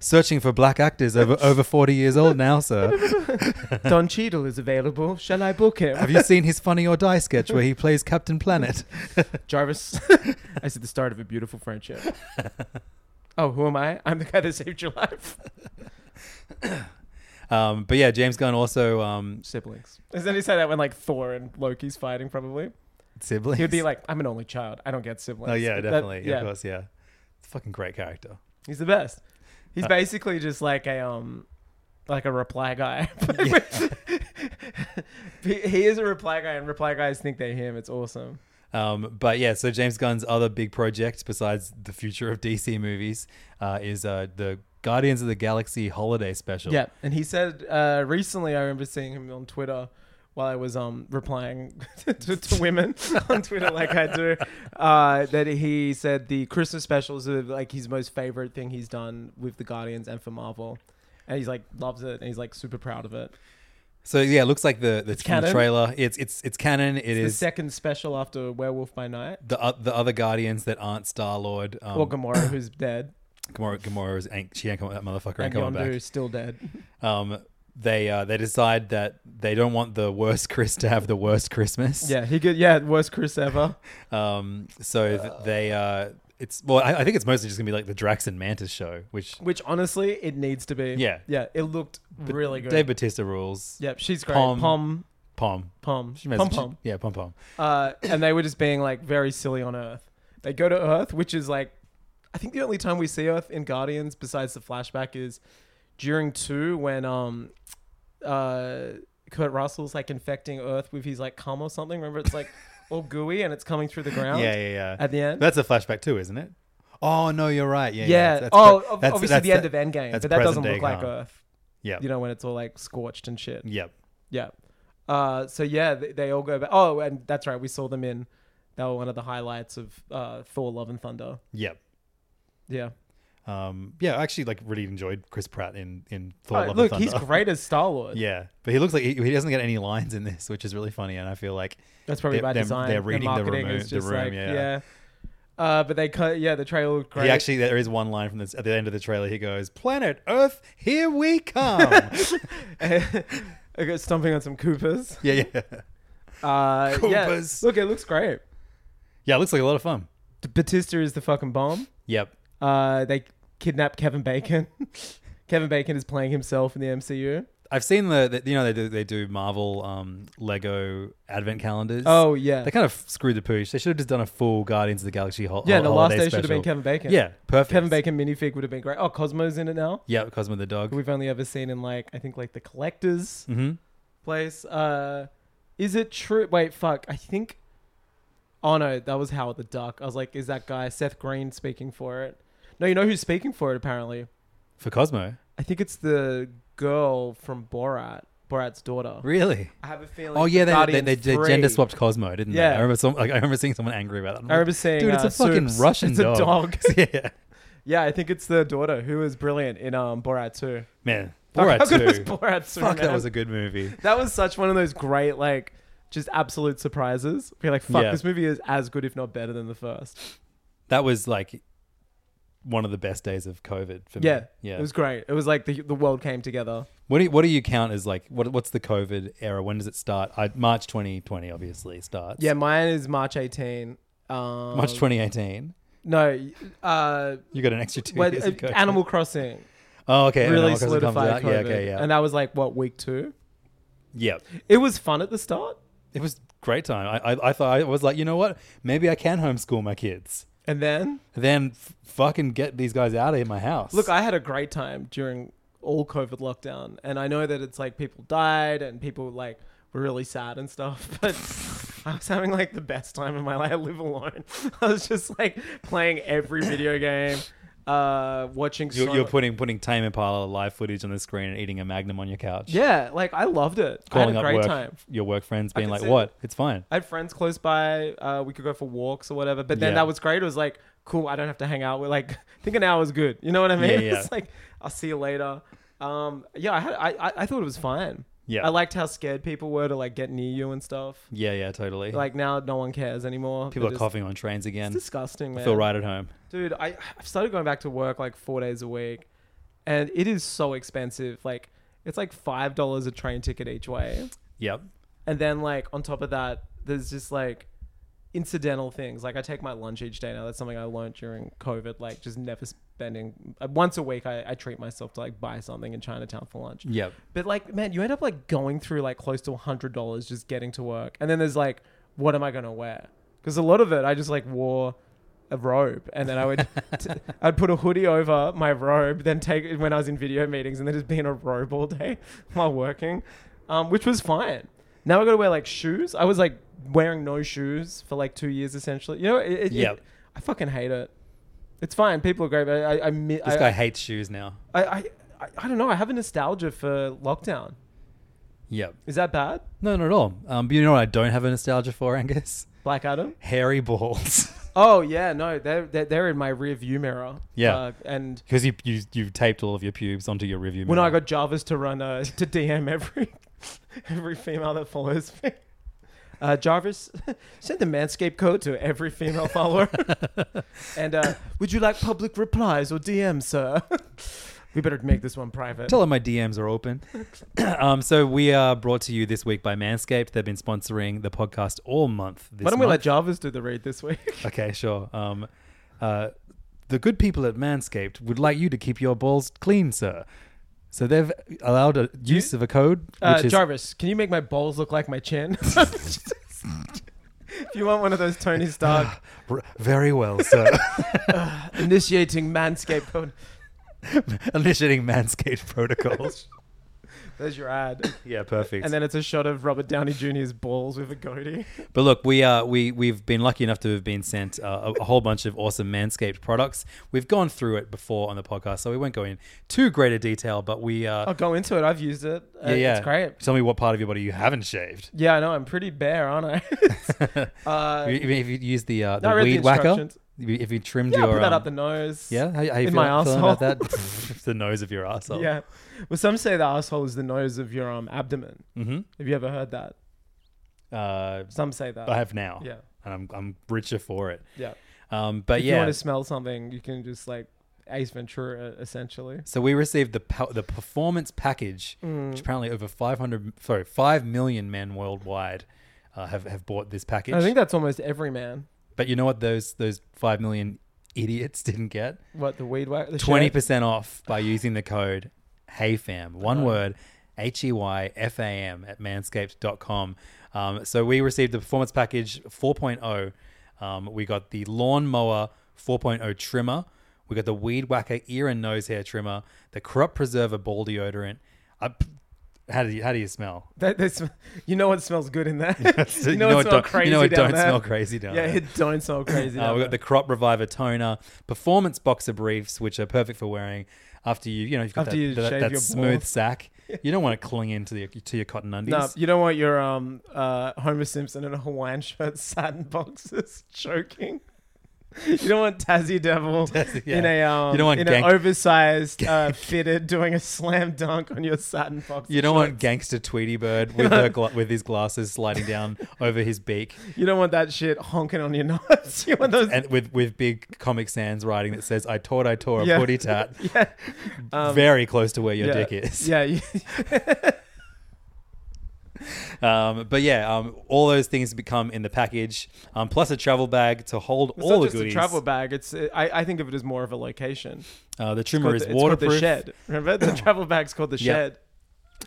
Searching for black actors over over forty years old now, sir.
Don Cheadle is available. Shall I book him?
Have you seen his Funny or Die sketch where he plays Captain Planet?
Jarvis, I see the start of a beautiful friendship. oh, who am I? I'm the guy that saved your life.
Um, but yeah, James Gunn also um,
Siblings. Doesn't he say that when like Thor and Loki's fighting? Probably.
siblings.
He would be like, I'm an only child. I don't get siblings.
"Oh yeah,
That-
definitely, yeah. of course, yeah." Fucking great character.
He's the best. He's
Uh,
basically just like a um like a reply guy. But he he is a reply guy and reply guys think they're him. It's awesome.
Um, but yeah, so James Gunn's other big project besides the future of DC movies uh, is uh, the Guardians of the Galaxy holiday special.
Yeah. And he said uh recently I remember seeing him on Twitter while I was um replying to, to women on Twitter like I do, uh, that he said the Christmas specials are like his most favorite thing he's done with the Guardians and for Marvel. And he's like loves it and he's like super proud of it.
So yeah, it looks like the the, from the
canon?
trailer. It's it's it's canon. It
The
is the
second special after Werewolf by Night.
the, o- the other Guardians that aren't Star Lord. Um,
Or Gamora, who's dead.
Gamora, Gamora is ain't, she ain't coming, that motherfucker
And
ain't coming
Yondu
back.
is still dead.
Um, they uh, they decide that they don't want the worst Chris to have the worst Christmas.
Yeah, he could. Yeah, worst Chris ever.
Um, so th- they uh, it's well, I, I think it's mostly just gonna be like the Drax and Mantis show, which
Which honestly, it needs to be.
Yeah.
yeah. It looked really good.
Dave Batista rules.
yep, she's great.
Pom.
Pom, pom,
Pom.
pom,
She
pom.
messaged- Yeah, pom pom.
Uh, and they were just being like very silly on Earth. They go to Earth, which is like, I think the only time we see Earth in Guardians besides the flashback is during two when um, uh, Kurt Russell's like infecting Earth with his like cum or something. Remember, it's like all gooey and it's coming through the ground.
Yeah, yeah, yeah.
At the end.
That's a flashback too, isn't it? Oh no, you're right. Yeah.
Yeah.
That's- that's
oh,
pre-
ob-
that's-
obviously
that's
the end of Endgame,
that's
but that doesn't
present-day
look like
Khan.
Earth.
Yeah. Mm.
You know when it's all like scorched and shit.
Yep.
Yeah. Uh, so yeah, they, they all go back. Oh, and that's right. We saw them in. That were one of the highlights of uh, Thor: Love and Thunder.
Yep.
Yeah.
Um, yeah, I actually like really enjoyed Chris Pratt in in Thor:
Oh,
Love
look,
and
he's
Thunder.
great as Star Lord.
Yeah, but he looks like he, he doesn't get any lines in this, which is really funny, and I feel like
That's probably
They're-
by
them-
design.
they're
Their
reading the
marketing
room-
is
the
just
room,
like
yeah.
yeah. Uh, but they cut. Yeah, the trailer looked great.
he actually there is one line from this at the end of the trailer. He goes, "Planet Earth, here we come." yeah,
I got stomping on some Coopers.
yeah,
Uh, yeah.
Coopers.
Look, it looks great.
yeah. It looks like a lot of fun.
Batista is the fucking bomb.
Yep.
Uh, they kidnap Kevin Bacon. Kevin Bacon is playing himself in the MCU.
I've seen the, the you know they do they do Marvel um, Lego advent calendars.
Oh yeah,
They kind of screwed the pooch. They should have just done a full Guardians of the Galaxy hol-
yeah.
hol-
The last
holiday
day should have
special.
been Kevin Bacon.
Yeah, perfect.
Kevin Bacon minifig would have been great. Oh, Cosmo's in it now.
Yeah, Cosmo the dog.
We've only ever seen in like I think like the collectors
Mm-hmm.
place. Uh, Is it true? Wait, fuck. I think. Oh no, that was Howard the Duck. I was like, is that guy Seth Green speaking for it? No, you know who's speaking for it apparently.
For Cosmo?
I think it's the girl from Borat, Borat's daughter.
Really?
I have a feeling.
Oh yeah, they, they,
Guardians
they, they
3.
gender swapped Cosmo, didn't
Yeah.
they? I remember some, like I remember seeing someone angry about that. I'm
I remember
like,
seeing.
dude, it's
uh,
a fucking
Supes.
Russian
It's
dog.
a dog.
yeah,
yeah, I think it's the daughter who was brilliant in um Borat too.
man.
Fuck,
Borat
how good was
too.
Borat too?
Fuck, that
man?
was a good movie.
That was such one of those great like. Just absolute surprises. You're like, fuck,
Yeah. Mm,
this movie is as good, if not better, than the first.
That was like one of the best days of COVID for me.
Yeah,
yeah.
It was great. It was like the the world came together.
What do you, what do you count as like what what's the COVID era? When does it start? I, March 2020 obviously starts.
Yeah, mine is March 18. Um,
March 2018.
No, uh,
You got an extra two
when,
years
uh,
of COVID.
Animal Crossing
Oh, okay.
really
Animal Crossing comes
solidified
out.
COVID,
Yeah, okay, yeah,
and that was like what week two.
yeah.
It was fun at the start,
It was great time. I, I I thought I was like, you know what? Maybe I can homeschool my kids.
and then
Then f- fucking get these guys out of my house.
look, I had a great time during all COVID lockdown, and I know that it's like people died and people like were really sad and stuff, but. I was having like the best time of my life. I live alone. I was just like playing every video game, uh, watching.
you're,
so-
you're putting putting Tame Impala live footage on the screen and eating a Magnum on your couch.
Yeah, like I loved it.
calling
I
up
had a great
work,
time.
your work friends, being
could
like,
see-
"What? It's fine."
I had friends close by. Uh, we could go for walks or whatever. But then
Yeah.
that was great. It was like, cool. I don't have to hang out. We're like, I think an hour is good. You know what I mean?
Yeah, yeah.
It's like, I'll see you later. Um, yeah, I, had, I, I I thought it was fine.
Yeah.
I liked how scared people were to like get near you and stuff.
Yeah, yeah, totally.
Like now, no one cares anymore.
people
They're
are
just-
coughing on
It's
trains again.
disgusting, man.
Feel right at home.
Dude, I, I've started going back to work like four days a week, and it is so expensive. Like, it's like five dollars a train ticket each way.
Yep.
And then like on top of that, there's just like incidental things. Like I take my lunch each day now. That's something I learned during COVID. Like just never spending uh, once a week. I, I treat myself to like buy something in Chinatown for lunch.
Yep.
But like man, you end up like going through like close to hundred dollars just getting to work. And then there's like, what am I gonna wear? Because a lot of it, I just like wore a robe and then I would t- I'd put a hoodie over my robe then take it when I was in video meetings and then just be in a robe all day while working um, which was fine now I gotta wear like shoes I was like wearing no shoes for like two years essentially you know it, it,
Yep.
it- I fucking hate it it's fine people are great but I I, I, mi-
This
I,
guy hates shoes now.
I, I, I, I don't know I have a nostalgia for lockdown
Yep.
is that bad
No, not at all. Um, but you know what? I don't have a nostalgia for Angus.
Black Adam
Hairy balls.
oh yeah no they're, they're, they're in my rear view mirror
Yeah.
uh, and
Because you you you've taped all of your pubes onto your review.
When I
mirror.
got Jarvis to run uh, to DM every every female that follows me. Uh, Jarvis, send the Manscaped code to every female follower. and uh, would you like public replies or DMs, sir? we better make this one private.
Tell them my DMs are open. um, so we are brought to you this week by Manscaped. They've been sponsoring the podcast all month. This
Why don't we let
month.
Jarvis do the read this week?
Okay, sure. Um, uh, the good people at Manscaped would like you to keep your balls clean, sir. So they've allowed a use of a code, which
Uh,
is
Jarvis, can you make my balls look like my chin? if you want one of those Tony Stark
R- very well, sir.
initiating Manscaped code,
Initiating Manscaped protocols.
there's your ad.
yeah, perfect.
And then it's a shot of Robert Downey Jr.'s balls with a goatee.
But look, we are we we've been lucky enough to have been sent uh, a, a whole bunch of awesome Manscaped products. We've gone through it before on the podcast, so we won't go in too great a detail. But we uh,
I'll go into it. I've used it. Uh,
yeah, yeah,
It's great.
Tell me what part of your body you haven't shaved.
Yeah, I know. I'm pretty bare, aren't I? uh,
Even if you use the uh,
I
the
read the
weed whacker,
instructions.
if you- if you trimmed
yeah, I
your
put that
um,
up the nose.
yeah, how, how you
in
feel,
my
feeling about that?
asshole.
the nose of your asshole.
Yeah. Well, some say the asshole is the nose of your um, abdomen. Mm-hmm. Have you ever heard that?
Uh,
Some say that.
I have now.
Yeah.
and I'm I'm richer for it.
Yeah.
Um, but
If
yeah,
you want to smell something, you can just like Ace Ventura, essentially.
So we received the po- the performance package,
Mm.
which apparently over 500, sorry, 5 million men worldwide uh, have, have bought this package.
I think that's almost every man.
but you know what those those 5 million idiots didn't get?
What the weed whack? the shit?
20% off by using the code HEYFAM. One word, H E Y F A M at manscaped.com. Um, so we received the performance package 4.0. Um, we got the lawnmower 4.0 trimmer. We got the weed whacker ear and nose hair trimmer, the crop preserver ball deodorant. I, How do you how do you smell?
That, that's, you know what smells good in that. you know
You know
what smells
it don't- you
crazy
know it
down
don't
there?
smell crazy down
yeah,
there.
it don't smell crazy.
Uh,
down
we've got the
there.
Crop Reviver toner, performance boxer briefs, which are perfect for wearing after you, you know, you've got
After
that,
you
that,
shave
that
your
smooth
balls.
sack. You don't want it clinging into the, to your cotton undies.
No, you don't want your um uh Homer Simpson in a Hawaiian shirt, satin boxes, choking. You don't want Tassie Devil
yeah.
in a um
You don't want
in
gank-
an oversized uh, fitted doing a slam dunk on your satin box.
You don't want gangster Tweety Bird with her gla- with his glasses sliding down over his beak,
you don't want that shit honking on your nuts. You want those
and with with big Comic Sans writing that says "I taught, I tore a
Yeah.
booty tat,"
yeah, um,
very close to where your
yeah,
dick is.
Yeah, you-
Um, but yeah, um, all those things become in the package, um, plus a travel bag to hold
it's
all
not
the
just
goodies.
a travel bag. It's uh, I, I think of it as more of a location.
uh, the trimmer
It's
is
called the- it's called
waterproof.
The shed. Remember the travel bag's called the
Yeah.
shed.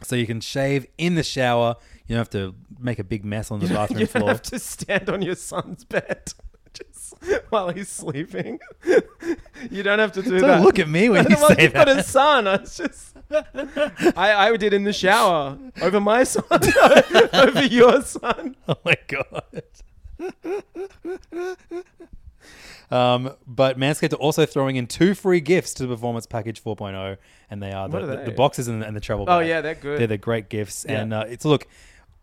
So you can shave in the shower. You don't have to make a big mess on the bathroom
you don't
floor.
have to stand on your son's bed just while he's sleeping. you don't have to do
Don't
that.
look at me when you
well,
say
you've got
that.
a son. I was just, I, I did in the shower over my son, over your son.
Oh my god. um, but Manscaped are also throwing in two free gifts to the Performance Package 4.0, and they are the,
What are
the,
they?
the boxes and the, and the travel.
Oh,
bag.
yeah, they're good.
They're the great gifts,
Yeah.
and uh, it's look,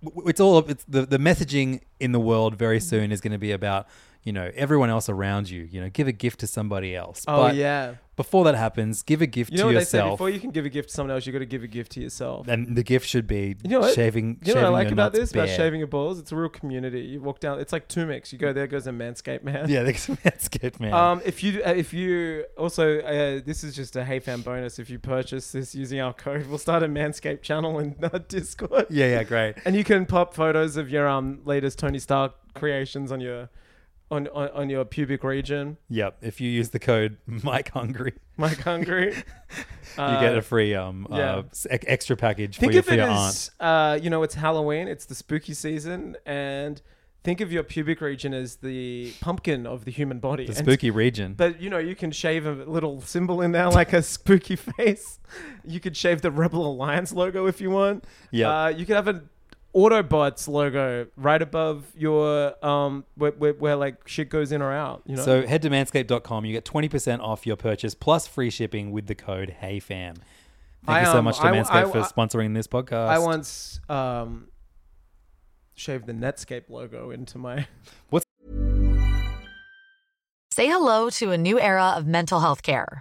w- w- it's all it's the the messaging in the world very
Mm-hmm.
soon is going to be about you know everyone else around you. You know, give a gift to somebody else.
Oh
But
yeah.
Before that happens, give a gift
You know
to
what they say?
yourself.
Before you can give a gift to someone else, you got to give a gift to yourself.
and the gift should be
You know what?
shaving.
You know
shaving
what I like
your
about
nuts
this? About
bare.
shaving your balls? It's a real community. You walk down, it's like two mix. You go there, goes a manscaped man.
Yeah, that's Manscaped man.
Um, if you uh, if you also uh, this is just a hey fan bonus. If you purchase this using our code, we'll start a Manscaped channel in uh, Discord.
yeah, yeah, great.
and you can pop photos of your um latest Tony Stark creations on your on on, on your pubic region.
Yep. If you use the code Mike Hungry,
Mike hungry.
you get a free um
yeah.
uh, s- ec- extra package for
Uh, Think
your,
of
for
it
your
as uh, you know it's Halloween. It's the spooky season and. Think of your pubic region as the pumpkin of the human body.
aunt. The
and
spooky region.
But you know, you can shave a little symbol in there, like a spooky face. You could shave the Rebel Alliance logo if you want.
Yep.
Uh, you could have an Autobots logo right above your um where, where, where like shit goes in or out. You know.
So head to manscaped.com. You get 20% off your purchase plus free shipping with the code HeyFam. Thank
I,
you so
um,
much to
I-
Manscaped
I-
for
I-
sponsoring this podcast.
I once um shaved the Netscape logo into my
Say hello to a new era of mental health care.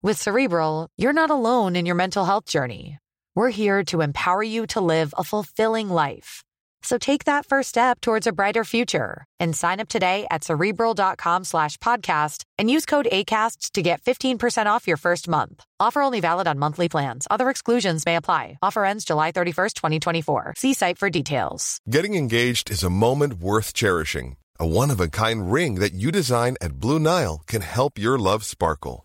With Cerebral, you're not alone in your mental health journey. We're here to empower you to live a fulfilling life. So take that first step towards a brighter future and sign up today at cerebral.com slash podcast and use code ACAST to get 15% off your first month. Offer only valid on monthly plans. Other exclusions may apply. Offer ends July 31st, 2024. See site for details.
Getting engaged is a moment worth cherishing. A one of a kind ring that you design at Blue Nile can help your love sparkle.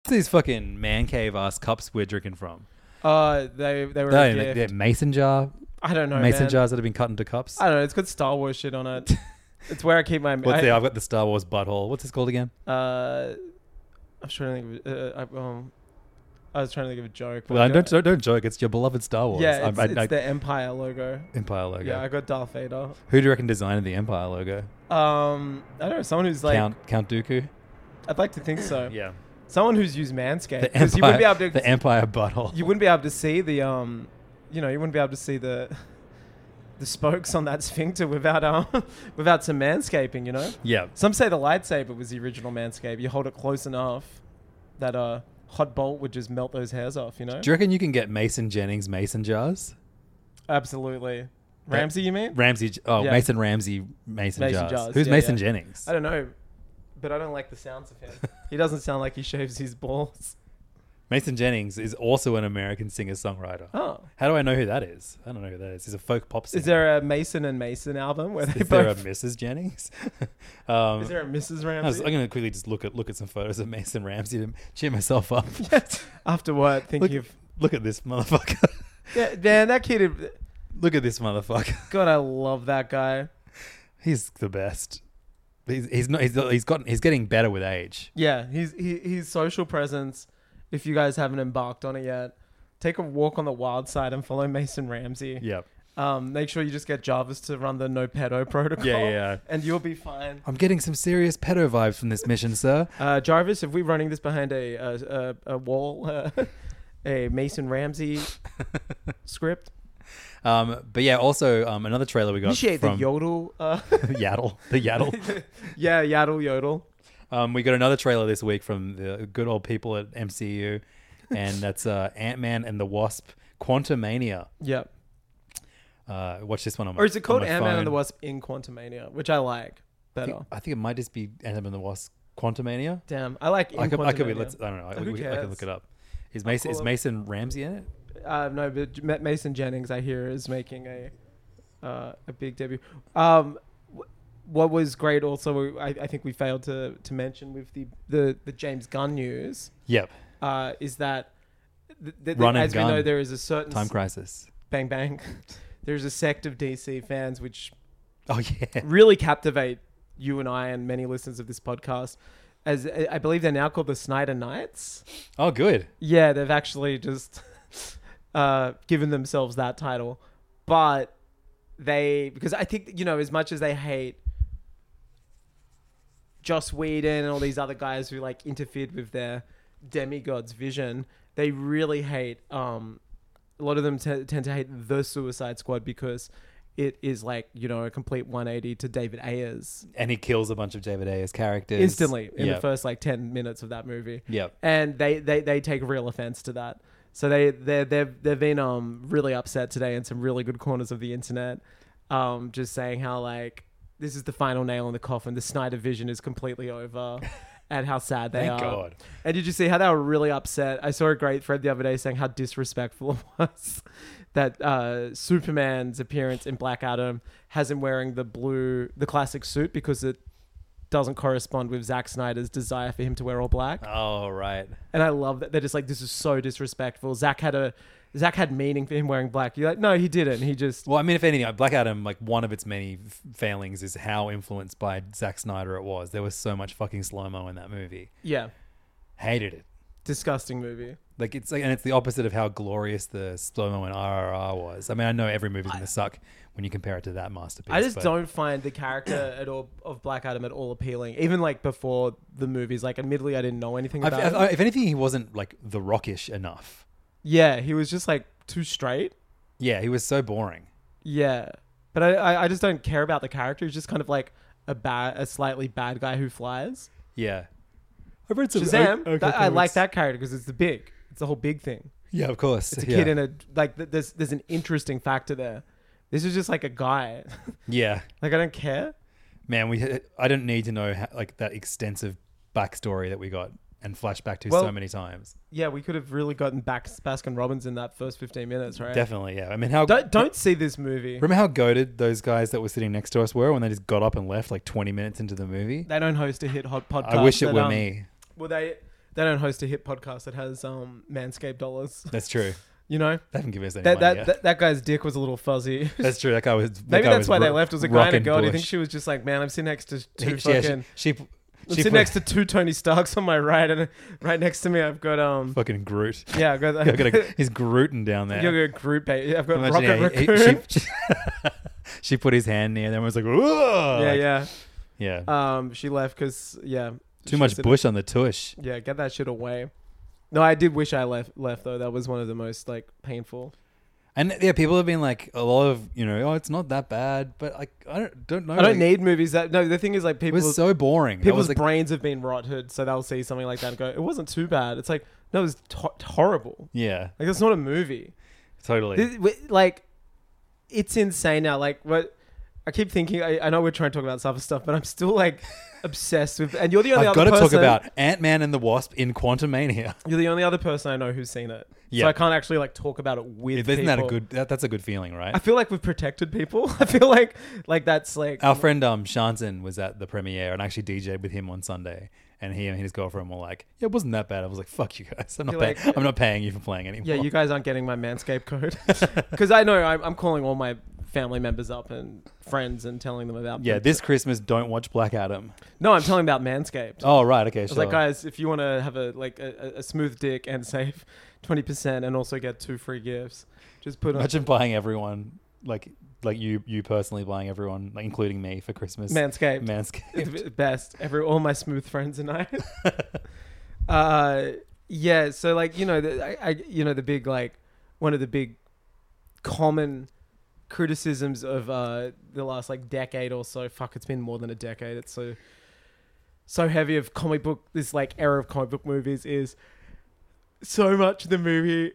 What's these fucking man cave ass cups we're drinking from?
uh they they were a
They're,
gift.
they're mason jar,
I don't know
mason
man.
jars that have been cut into cups.
I don't know. It's got Star Wars shit on it. It's where I keep my.
What's
I-
the? I've got the Star Wars butthole. What's this called again?
Uh, I'm trying to think. Of, uh, I, um, I was trying to think of a joke. but
Well,
I
don't, don't don't joke. It's your beloved Star Wars.
Yeah,
I'm-
it's,
I-
it's
I-
the Empire logo.
Empire logo.
Yeah, I got Darth Vader.
Who do you reckon designed the Empire logo?
Um, I don't know someone who's like.
Count Count Dooku.
I'd like to think so.
Yeah.
someone who's used Manscaped
The
because you wouldn't be
Empire.
able to.
the Empire butthole.
you wouldn't be able to see the um, you know, you wouldn't be able to see the. The spokes on that sphincter without um, without some manscaping, you know.
yeah.
Some say the lightsaber was the original manscape. You hold it close enough that a hot bolt would just melt those hairs off, you know?
Do you reckon you can get Mason Jennings mason jars?
Absolutely. Ramsey, you mean?
Ramsey. J- Oh,
Yeah.
Mason Ramsey mason,
Mason
jars.
jars,
Who's
yeah,
Mason
yeah.
Jennings?
I don't know, but I don't like the sounds of him. he doesn't sound like he shaves his balls.
Mason Jennings is also an American singer songwriter.
Oh.
How do I know who that is? I don't know who that is. He's a folk pop singer.
Is there a Mason and Mason album where they
Is there a
both-
Mrs. Jennings? um,
Is there a Mrs.
I was,
Ramsey?
I'm going to quickly just look at look at some photos of Mason Ramsey to cheer myself up.
After what? Thinking
look,
of
look at this motherfucker.
yeah, man, that kid.
look at this motherfucker.
God, I love that guy.
He's the best. He's, he's not. He's, he's gotten. He's getting better with age.
Yeah, he's he, his social presence. If you guys haven't embarked on it yet, take a walk on the wild side and follow Mason Ramsey.
Yep.
Um, make sure you just get Jarvis to run the no pedo protocol.
Yeah, yeah, yeah.
And you'll be fine.
I'm getting some serious pedo vibes from this mission, sir.
Uh, Jarvis, if we're running this behind a a, a, a wall, uh, a Mason Ramsey script,
Um, but yeah, also um, another trailer we got
appreciate the
from
yodel. Uh,
the yaddle, the yaddle.
yeah, yaddle yodel.
um, we got another trailer this week from the good old people at MCU, and that's uh, Ant Man and the Wasp: Quantumania.
Yep.
Uh, watch this one on my.
Or is it
on
called
my
Ant Man and the
phone.
Wasp in Quantumania, which I like
I
better.
think, I think it might just be Ant Man and the Wasp: Quantumania.
Damn, I like. In
I could, I could be.
Quantumania.
Let's, I don't know. I,
Who
we, we- I could look
cares?
it up. Is Mason
call
is
up-
Mason Ramsey in it?
Uh, no, but J- Ma- Mason Jennings, I hear, is making a uh, a big debut. Um, wh- what was great, also, I, I think we failed to, to mention with the, the, the James Gunn news,
Yep.
uh, is that th- th-
Run and
as we know,
gun.
there is a certain
Time
s-
Crisis.
bang bang. There's a sect of DC fans which
Oh yeah.
really captivate you and I and many listeners of this podcast. As I I believe they're now called the Snyder Knights.
Oh good.
Yeah, they've actually just uh, given themselves that title. But they, because I think, you know, as much as they hate Joss Whedon and all these other guys who like interfered with their demigod's vision, they really hate, um, a lot of them t- tend to hate the Suicide Squad because it is like, you know, a complete 180 to David Ayers
And he kills a bunch of David Ayer's characters
instantly in
Yep.
the first like 10 minutes of that movie
Yep.
and they they, they take real offense to that so they they they've, they've been um really upset today in some really good corners of the internet um just saying how like this is the final nail in the coffin the snyder vision is completely over and how sad they
Thank
are
God.
and did you see how they were really upset i saw a great thread the other day saying how disrespectful it was that uh, superman's appearance in black adam has him wearing the blue the classic suit because it doesn't correspond with Zack Snyder's desire for him to wear all black.
Oh right.
And I love that they're just like, this is so disrespectful. Zack had a Zack had meaning for him wearing black. You're like, no, he didn't. He just
Well, I mean, if anything, Black Adam, like one of its many f- failings, is how influenced by Zack Snyder it was. There was so much fucking slow mo in that movie.
yeah,
Hated it.
disgusting movie.
Like it's like, and it's the opposite of how glorious the slow mo in RRR was. I mean, I know every movie's gonna suck when you compare it to that masterpiece.
I just
but-
don't find the character at all of Black Adam at all appealing. Even like before the movies, like admittedly, I didn't know anything
I've,
about.
I've,
him.
if anything, he wasn't like the rockish enough.
yeah, he was just like too straight.
Yeah, he was so boring.
Yeah, but I, I, I just don't care about the character. He's just kind of like a bad, a slightly bad guy who flies.
Yeah, I've read some
Shazam, that- I like that character because it's the big, it's the whole big thing.
Yeah, of course.
It's a kid in a like. th- There's there's an interesting factor there. This is just like a guy.
Yeah,
like I don't care.
man, we. I don't need to know how, like that extensive backstory that we got and flashback to so
Well-
many times.
Yeah, we could have really gotten back Baskin Robbins in that first 15 minutes, right?
Definitely, yeah. I mean, how
Don't don't see this movie.
remember how goaded those guys that were sitting next to us were when they just got up and left like twenty minutes into the movie.
They don't host a hit hot podcast.
I wish it
that,
were
um,
me.
Well, they they don't host a hit podcast that has um Manscaped dollars.
That's true.
You know,
They haven't given us any
that
money
that,
yet.
that that guy's dick was a little fuzzy.
that's true. That guy was. that
Maybe
guy
that's
was
why they
ro-
left. It was a guy in a
rocking
god. You
Bush.
think she was just like, man, I'm sitting next to two
She- yeah,
fucking.
she, she,
I'm
she
sitting next to two Tony Starks on my right, and right next to me, I've got um,
fucking Groot.
yeah, I've got,
I got a, he's Grootin down there.
You've got Groot. Baby. I've got
Imagine,
Rocket
yeah, he- he-
Raccoon.
she, she put his hand near them and was like, Whoa!
yeah,
Like,
yeah.
yeah.
Um, she left because yeah,
Too
she
much
said-
bush on the tush.
Yeah, get that shit away. No, I did wish I left. Left though. That was one of the most like painful.
And yeah, people have been like, a lot of, you know, oh, it's not that bad. But like, I don't, don't know.
I don't
like,
need movies that. No, the thing is like
It
people.
was so boring. That
People's
was, like,
brains have been rotted, so they'll see something like that and go, "It wasn't too bad." It's like, no, it was to- horrible.
Yeah,
Like, it's not a movie.
totally.
This- wi- like, it's insane now. Like, what? I keep thinking. I, I know we're trying to talk about other stuff, but I'm still like obsessed with. And you're the only
I've got
other
to talk
person-
about Ant Man and the Wasp in Quantumania.
You're the only other person I know who's seen it.
Yeah.
So I can't actually like talk about it with.
Isn't that a
people.
good? That, that's a good feeling, right?
I feel like we've protected people. I feel like like that's like
Our friend um Shantan was at the premiere and I actually DJ'd with him on Sunday. And he and his girlfriend were like, "Yeah, it wasn't that bad." I was like, "Fuck you guys! I'm not
You're
paying.
like-
I'm not paying you for playing anymore."
yeah, you guys aren't getting my manscape code because I know I'm, I'm calling all my family members up and friends and telling them about
Yeah, this Christmas, don't watch Black Adam.
No, I'm telling about manscaped.
Oh right, okay,
I
sure.
was like, guys, if you want to have a like a, a- a smooth dick and save twenty percent and also get two free gifts, just put on
Imagine buying everyone like like you you personally buying everyone, like including me for Christmas.
manscaped. It's
Manscaped.
the best. Every all my smooth friends and I. uh, yeah. So like you know, the, I, I you know the big like one of the big common criticisms of uh the last like decade or so. Fuck, it's been more than a decade. It's so so heavy of comic book. This like era of comic book movies is so much of the movie.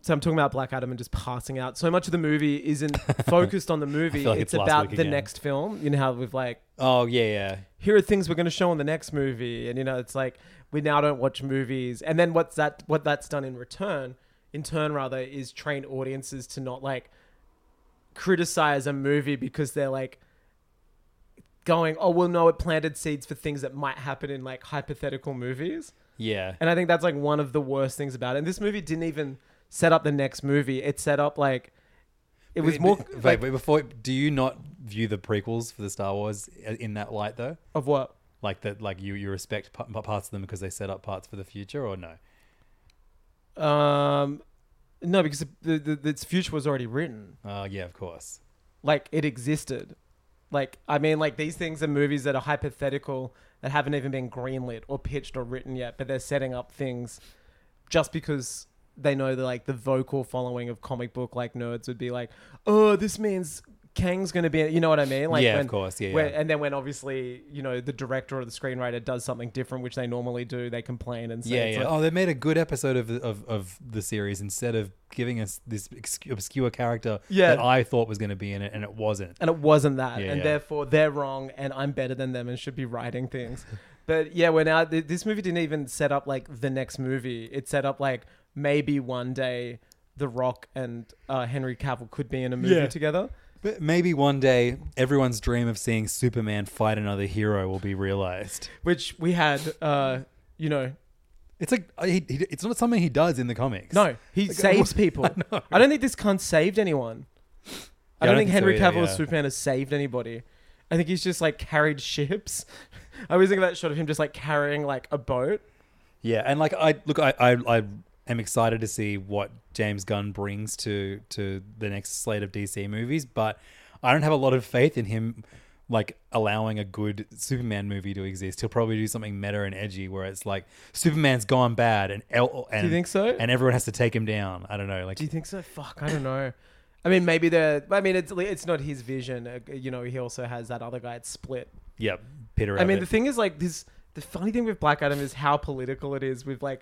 So I'm talking about Black Adam and just passing out. So much of the movie isn't focused on the movie.
feel like
it's
it's last
about
week
the
again.
next film. You know how we've like
Oh yeah, yeah.
here are things we're going to show in the next movie and you know it's like we now don't watch movies and then what's that what that's done in return in turn rather is train audiences to not like criticize a movie because they're like going oh well no it planted seeds for things that might happen in like hypothetical movies
Yeah.
and I think that's like one of the worst things about it. And this movie didn't even set up the next movie. It set up like it was
Wait,
more
Wait,
like,
wait, before do you not view the prequels for the Star Wars uh, in that light though?
of what
Like that like you you respect pa- pa- parts of them because they set up parts for the future or no?
um no because the, the, the its future was already written.
Oh yeah, of course.
like it existed. Like I mean, like these things are movies that are hypothetical that haven't even been greenlit or pitched or written yet, but they're setting up things just because they know that like the vocal following of comic book like nerds would be like, oh, this means Kang's gonna be, you know what I mean? Like
Yeah, of course. Yeah,
when-
yeah.
And then when obviously you know the director or the screenwriter does something different, which they normally do, they complain and say,
Yeah,
it's
yeah.
like,
oh, they made a good episode of, of of the series instead of giving us this ex- obscure character
Yeah.
that I thought was going to be in it and it wasn't.
and it wasn't that,
Yeah,
and
yeah.
therefore they're wrong, and I'm better than them and should be writing things. but yeah, we're now th- this movie didn't even set up like the next movie. It set up like maybe one day The Rock and uh, Henry Cavill could be in a movie
Yeah.
together.
But maybe one day everyone's dream of seeing Superman fight another hero will be realized.
Which we had, uh, you know,
It's like uh, he, he, it's not something he does in the comics.
no, he saves people. I,
know.
don't think this cunt saved anyone. I
Yeah,
don't think Henry
so either,
Cavill as
yeah.
Superman has saved anybody. I think he's just like carried ships. I always think of that shot of him just like carrying like a boat.
Yeah, and like I look, I, I I am excited to see what James Gunn brings to to the next slate of DC movies, but I don't have a lot of faith in him like allowing a good Superman movie to exist. He'll probably do something meta and edgy where it's like Superman's gone bad and El- and
you think so?
And everyone has to take him down. I don't know, like
Do you think so? Fuck, I don't know. I mean, maybe the. I mean, it's it's not his vision. Uh, You know, he also has that other guy at Split.
yeah, Peter
I mean,
Rabbit.
the thing is, like, this. The funny thing with Black Adam is how political it is. With like,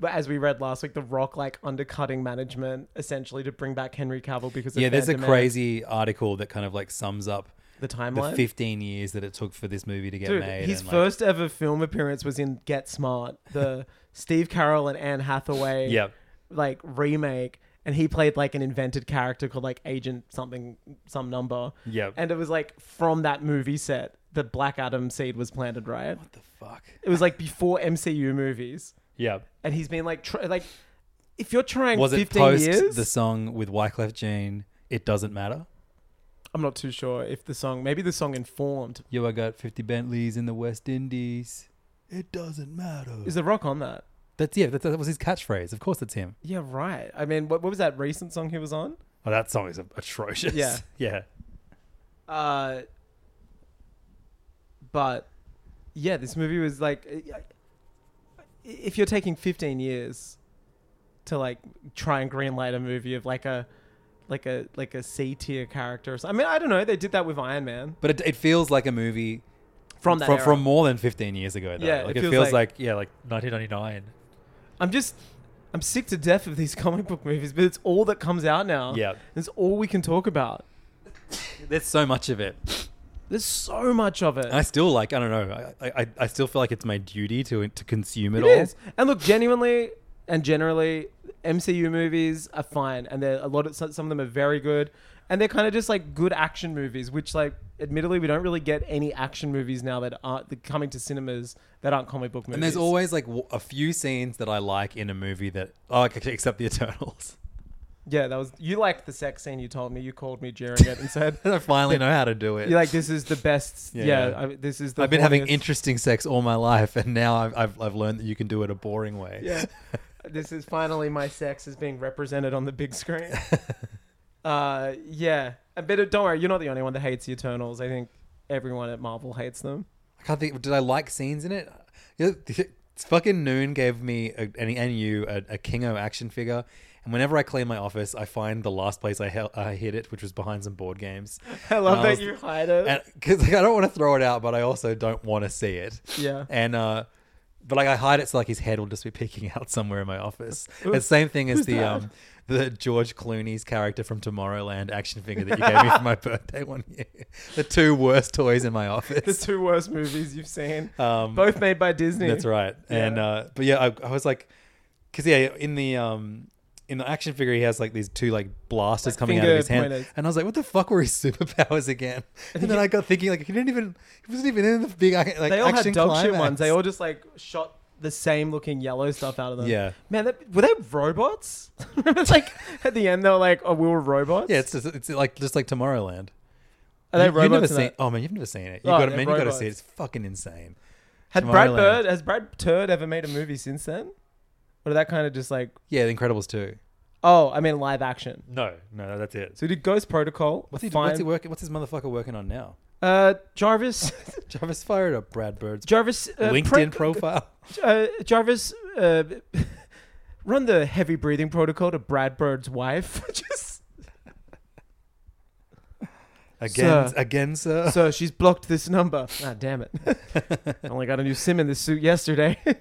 but as we read last week, The Rock like undercutting management essentially to bring back Henry Cavill because of
yeah, there's
fan
a
demand.
crazy article that kind of like sums up
the
the
timeline.
15 years that it took for this movie to get
Dude,
made.
his
and, like-
first ever film appearance was in Get Smart, the Steve Carroll and Anne Hathaway.
yeah.
like remake and he played like an invented character called like agent something some number
Yep.
and it was like from that movie set the black adam seed was planted right
What the fuck?
it was like before mcu movies
Yeah.
and he's been like tr- like if you're trying
Was it
15
post
years,
the song with Wyclef Jean? It doesn't matter.
I'm not too sure if the song, maybe the song informed.
Yo, I got 50 Bentleys in the West Indies. It doesn't matter.
Is The Rock on that?
That's yeah. That, that was his catchphrase. Of course, it's him.
Yeah, right. I mean, what, what was that recent song he was on?
Oh, that song is atrocious.
Yeah.
yeah.
Uh, but yeah, this movie was like, I- I- if you're taking 15 years to like try and greenlight a movie of like a like a like a C tier character, or something. I mean, I don't know. They did that with Iron Man
But it, it feels like a movie
from that
from,
era.
from more than 15 years ago. Though.
Yeah,
like it, feels, like,
like-
yeah, like 1999.
I'm just. I'm sick to death of these comic book movies, but it's all that comes out now.
Yeah.
It's all we can talk about.
There's so much of it.
There's so much of it.
And I still like I don't know. I, I, I still feel like it's my duty to to consume it,
It
all.
is. And look, genuinely and generally, MCU movies are fine, and they're a lot of some of them are very good, and they're kind of just like good action movies, which like admittedly we don't really get any action movies now that aren't that coming to cinemas that aren't comic book movies.
And there's always like w- a few scenes that I like in a movie that oh, okay, except the Eternals.
yeah, that was you liked the sex scene you told me you called me during it and said
I finally know how to do it.
you're like this is the best.
Yeah,
Yeah,
yeah.
I, this is the.
I've been having
horniest-
interesting sex all my life, and now I've, I've I've learned that you can do it a boring way.
Yeah. this is finally my sex is being represented on the big screen. uh, yeah. Uh, But uh, don't worry, you're not the only one that hates the Eternals. I think everyone at Marvel hates them.
I can't think. Did I like scenes in it? You know, It's fucking Noon gave me a, and, and you a, a Kingo action figure, and whenever I clean my office, I find the last place I, hel- I hid it, which was behind some board games.
I love
And
that
was-
you hide it.
and because like, I don't want to throw it out, but I also don't want to see it.
Yeah.
And uh, but like I hide it so like his head will just be peeking out somewhere in my office. the same thing as the um the George Clooney's character from Tomorrowland action figure that you gave me for my birthday one year. The two worst toys in my
the
office.
two worst movies you've seen,
Um,
both made by Disney.
That's right. And
Yeah.
uh, but yeah, I, I was like, because yeah, in the um. In the action figure, he has like these two like blasters coming out of
finger
his hand,
pointers.
and I was like, "What the fuck were his superpowers again?" And then I got thinking, like, he didn't even he wasn't even in the big ac- like
They all
action
had dog shit
climax.
ones. They all just like shot the same looking yellow stuff out of them.
Yeah.
Man, that, were they robots? it's like at the end they were like, oh, we were robots.
yeah, it's just, it's like just like Tomorrowland.
Are they
You- you've never
robots? in
seen,
that?
oh man, you've never seen it. You
Oh,
got to
they're
man, you got to see it.
robots.
It's fucking insane.
Had Brad
Tomorrowland.
Bird has Brad Turd ever made a movie since then? Or did that kind of just like
Yeah, The Incredibles too.
oh, I mean live action.
No, no, that's it.
So he did Ghost Protocol?
What's he,
Fine.
what's he working? What's his motherfucker working on now?
Uh, Jarvis,
Jarvis fired up Brad Bird's
Jarvis, uh,
LinkedIn
pro-
profile.
Uh, Jarvis, uh, run the heavy breathing protocol to Brad Bird's wife. just
Again,
Sir.
again, sir.
so she's blocked this number. Ah, damn it! I only got a new sim in this suit yesterday.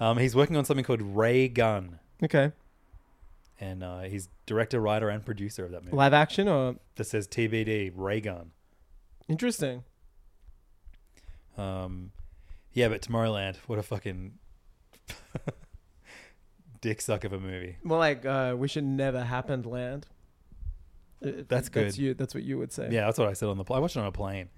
Um, he's working on something called Ray Gun,
okay,
and uh, he's director, writer, and producer of that movie.
live action or
That says TBD Ray Gun.
interesting.
Um, yeah, but Tomorrowland, what a fucking dick suck of a movie.
More like uh, we should never happened land. Uh,
That's good.
That's you. That's what you would say.
Yeah, that's what I said on the. pl- I watched it on a plane.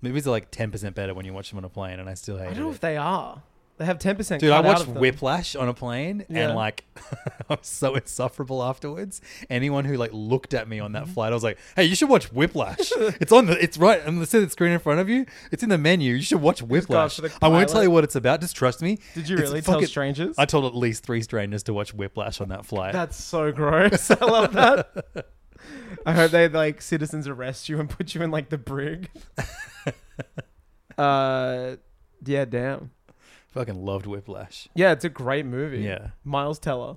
Movies are like ten percent better when you watch them on a plane, and I still hate
I
it.
don't know if they are. They have ten percent.
Dude, I watched Whiplash on a plane,
Yeah.
and like, I was so insufferable afterwards. Anyone who like looked at me on
Mm-hmm.
that flight, I was like, "Hey, you should watch Whiplash. it's on the. It's right on the see the screen in front of you. It's in the menu. You should watch Whiplash.
for the
I won't tell
pilot.
you what it's about. Just trust me.
Did you
It's
really tell
fucking-
strangers?
I told at least three strangers to watch Whiplash on that flight.
That's so gross. I love that. I hope they like citizens arrest you and put you in like the brig. uh, yeah, damn.
fucking loved Whiplash.
Yeah, it's a great movie.
Yeah.
Miles Teller,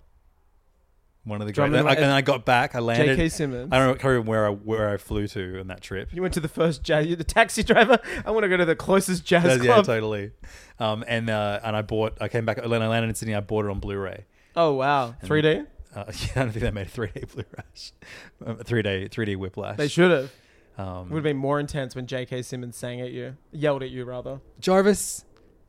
One of the great.
Drummond
And I,
like-
and I got back. I landed.
J.K. Simmons.
I don't remember where I where I flew to on that trip.
You went to the first jazz. You're the taxi driver. I want to go to the closest jazz
Yeah,
club.
yeah, totally. Um, and uh, and I bought. I came back. When I landed in Sydney, I bought it on Blu-ray.
Oh wow, 3D.
Uh, yeah, I don't think they made a three-day Blu-rash, um, three-day three-day Whiplash.
They should have.
Um,
Would have been more intense when J.K. Simmons sang at you, yelled at you rather.
Jarvis,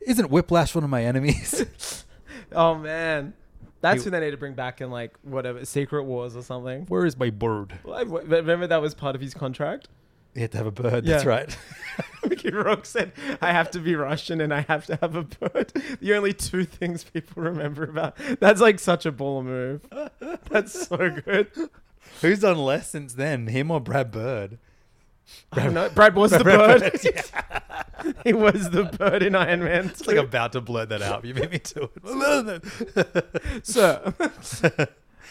isn't Whiplash one of my enemies?
Oh man, that's who they need to bring back in like whatever Secret Wars or something.
Where is my bird?
Well, I- Remember that was part of his contract.
You have to have a bird.
Yeah.
That's right.
Mickey Rourke said, I have to be Russian and I have to have a bird. The only two things people remember about. That's like such a baller move. That's so good.
Who's done less since then? Him or Brad Bird?
I don't know. Brad was the bird. he was the bird in Iron Man.
It's like about to blurt that out. You made me do it.
Sir.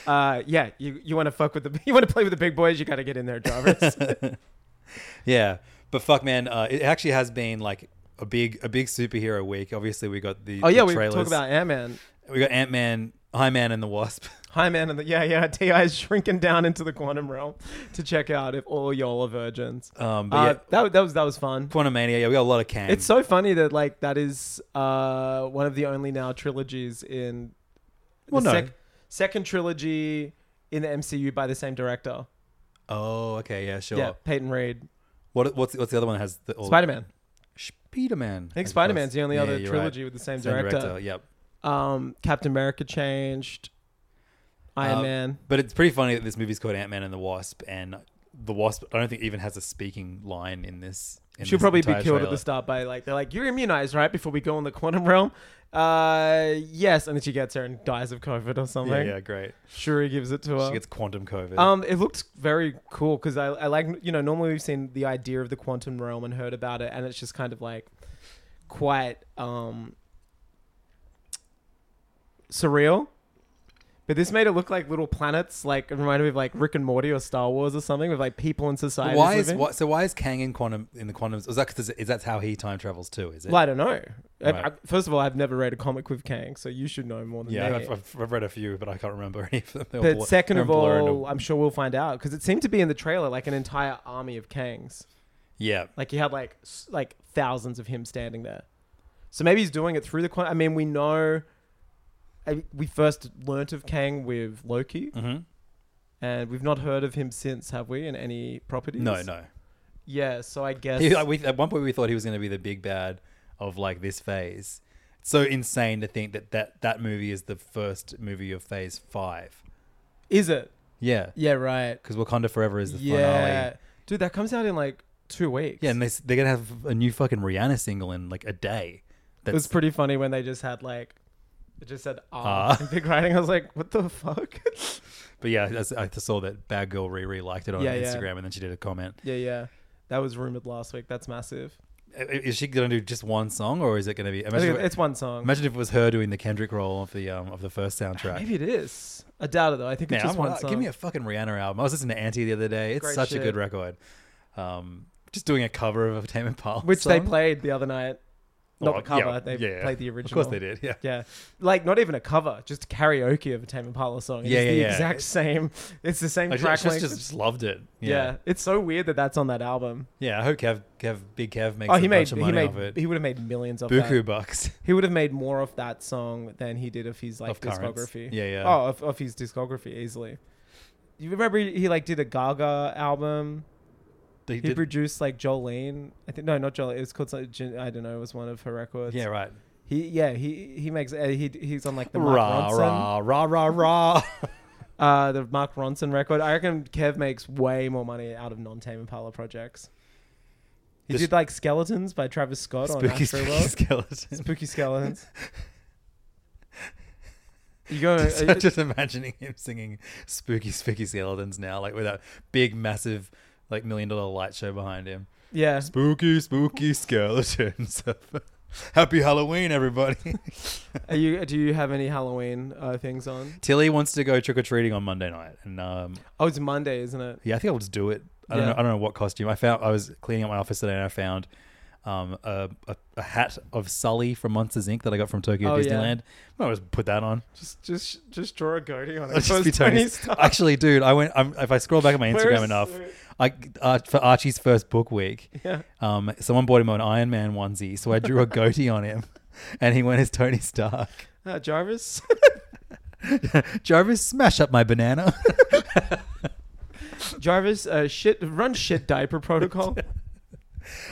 uh, yeah, you, you want to fuck with the you want to play with the big boys. You got to get in there, Jarvis.
yeah, but fuck, man, uh, it actually has been like a big, a big superhero week. Obviously, we got the
oh yeah,
the
we
trailers.
talk about Ant Man.
we got Ant Man, High Man, and the Wasp.
Hi man, and the, yeah, yeah. Ti is shrinking down into the quantum realm to check out if all y'all are virgins.
Um, but
Uh,
yeah,
that that was that was fun.
Quantum Mania. Yeah, we got a lot of Kang.
It's so funny that like that is uh, one of the only now trilogies in the
Well, no.
second trilogy in the MCU by the same director.
oh, okay, yeah, sure.
Yeah, Peyton Reed,
What, what's what's the other one that has the all-
Spider Man.
Spider-Man.
I think Spider Man's the only
Yeah,
other
you're
trilogy
right.
with the same,
Same
director.
Yep.
Um, Captain America changed. Iron
Uh,
Man.
But it's pretty funny that this movie's called Ant Man and the Wasp, and the Wasp. I don't think even has a speaking line in this. In
She'll
this
probably be
entire
killed at
trailer.
the start by like they're like you're immunized right before we go in the quantum realm. Uh, yes, and then she gets her and dies of COVID or something.
Yeah, yeah, great.
Shuri gives it to her.
She gets quantum COVID.
Um, it looks very cool because I, I like you know normally we've seen the idea of the quantum realm and heard about it and it's just kind of like quite um surreal. But this made it look like little planets, like it reminded me of like Rick and Morty or Star Wars or something with like people in society.
why is
living.
why, so? Why is Kang in quantum in the quantum? Is that because is that how he time travels too? Is it?
Well, I don't know. I-
Right.
I- first of all, I've never read a comic with Kang, so you should know more than
yeah,
me.
I've, I've, I've read a few, but I can't remember any of them. They're
but
blur-
second
they're
of
blurred
all,
or-
I'm sure we'll find out because it seemed to be in the trailer like an entire army of Kangs.
yeah,
Like you had like s- like thousands of him standing there. So maybe he's doing it through the. Con- I mean, we know. I, we first learnt of Kang with Loki,
Mhm.
and we've not heard of him since, have we? In any properties?
no, no.
Yeah, so I guess
He, like, we, at one point, we thought he was going to be the big bad of like this phase. It's so insane to think that that that movie is the first movie of Phase Five.
is it?
Yeah,
Yeah, right.
because Wakanda Forever is the
Yeah,
finale.
dude, that comes out in like two weeks.
Yeah, and they, s- they're gonna have a new fucking Rihanna single in like a day.
It was
That's
pretty funny when they just had like it just said
Ah.
ah in big writing. I was like, what the fuck?
but yeah, that's, I saw that Bad Girl Riri liked it on
Yeah, yeah.
Instagram, and then she did a comment.
yeah, yeah. That was rumored last week. That's massive.
I- Is she gonna do just one song, or is it gonna be?
I
Imagine,
think
if,
it's one song.
imagine if it was her doing the Kendrick role of the um of the first soundtrack.
Maybe it is. I doubt it though. I think
Now,
it's just
I'm-
one song.
give me a fucking Rihanna album. I was listening to Auntie the other day. It's
Great
such
shit.
a good record. Um, just doing a cover of a Tame Impala,
which they
song.
played the other night. Not
Well,
the cover.
yeah,
they
yeah.
played the
Of
original.
course they did, yeah.
Yeah. Like not even a cover, just karaoke of a Tame Impala song. It's
Yeah, yeah,
the
yeah.
exact same. It's the same
I
track
just, just,
length.
just, just loved it.
yeah. It's so weird that that's on that album.
Yeah, I hope Kev, Kev, Big Kev makes
Oh,
a
he made
bunch of
he
money
made
off it.
he would have made millions of that.
Buku bucks.
He would have made more of that song than he did of his like
Of Currents.
discography.
Yeah, yeah.
Oh, of, of his discography easily. You remember he, he, like did a Gaga album.
They
He
did-
produced like Jolene. I think no, not Jolene. It was called something- Jin- I don't know. It was one of her records.
yeah, right.
He yeah he he makes uh, he he's on like the Mark
Rah,
Ronson
rah, rah, rah, rah.
uh the Mark Ronson record. I reckon Kev makes way more money out of non Tame Impala projects. He
This-
did like Skeletons by Travis Scott on
Spooky,
Astro
spooky
World.
skeleton.
Spooky skeletons. You go.
So I'm just imagining him singing spooky, spooky skeletons now, like with that big, massive, like million dollar light show behind him.
yeah.
Spooky, spooky skeletons. Happy Halloween, everybody.
Are you? Do you have any Halloween uh, things on?
Tilly wants to go trick or treating on Monday night, and um,
Oh, it's Monday, isn't it?
yeah, I think I'll just do it. I don't
Yeah.
know. I don't know what costume. I found. I was cleaning up my office today, and I found um, a, a, a hat of Sully from Monsters Inc. that I got from Tokyo
Oh, yeah.
Disneyland. Might as well put that on.
Just, just, just draw a goatee on it.
I'll just be Tony. Stark. Actually, dude, I went. I'm, if I scroll back on my
Where
Instagram
is-
enough, I uh, for Archie's first book week,
Yeah.
um, someone bought him an Iron Man onesie, so I drew a goatee on him, and he went as Tony Stark.
Uh, Jarvis.
Jarvis, smash up my banana.
Jarvis. Uh, shit. Run shit diaper protocol.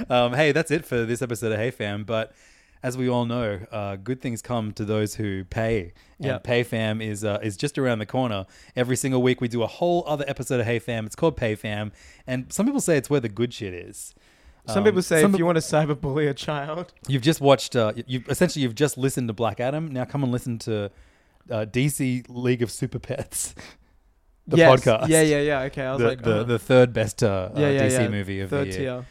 um, hey, that's it for this episode of Hey Fam. But as we all know, uh, good things come to those who pay. And
Yeah.
Pay Fam is uh, is just around the corner. Every single week, we do a whole other episode of Hey Fam. It's called Pay Fam, and some people say it's where the good shit is.
Some
Um,
people say
some
if
peop-
you want to cyberbully a child,
You've just watched. Uh, you essentially you've just listened to Black Adam. Now come and listen to uh, DC League of Super Pets, the
Yes.
podcast.
Yeah, yeah, yeah. Okay, I was
the,
like,
the,
uh,
the third best uh, uh,
yeah, yeah,
DC
yeah.
movie of
third
the year.
tier.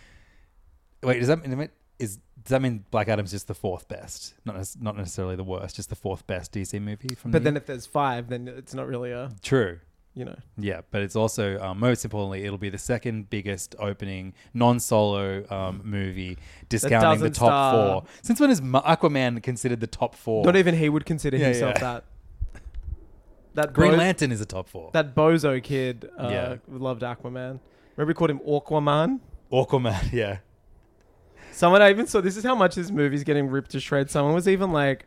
Wait, does that mean is does that mean Black Adam's just the fourth best? Not nec- not necessarily the worst, just the fourth best DC movie from.
But
the
then if there's five, then it's not really a
year? true.
you know.
Yeah, but it's also um, most importantly, it'll be the second biggest opening non-solo um, movie, discounting the
doesn't
top
star-
four. Since when is Ma- Aquaman considered the top four?
Not even he would consider
Yeah,
himself
yeah.
that. That
Green
bo-
Lantern is a top four.
that bozo kid uh,
Yeah.
loved Aquaman. Remember we called him Aquaman.
Aquaman, yeah.
Someone I even saw. This is how much this movie's getting ripped to shreds. Someone was even like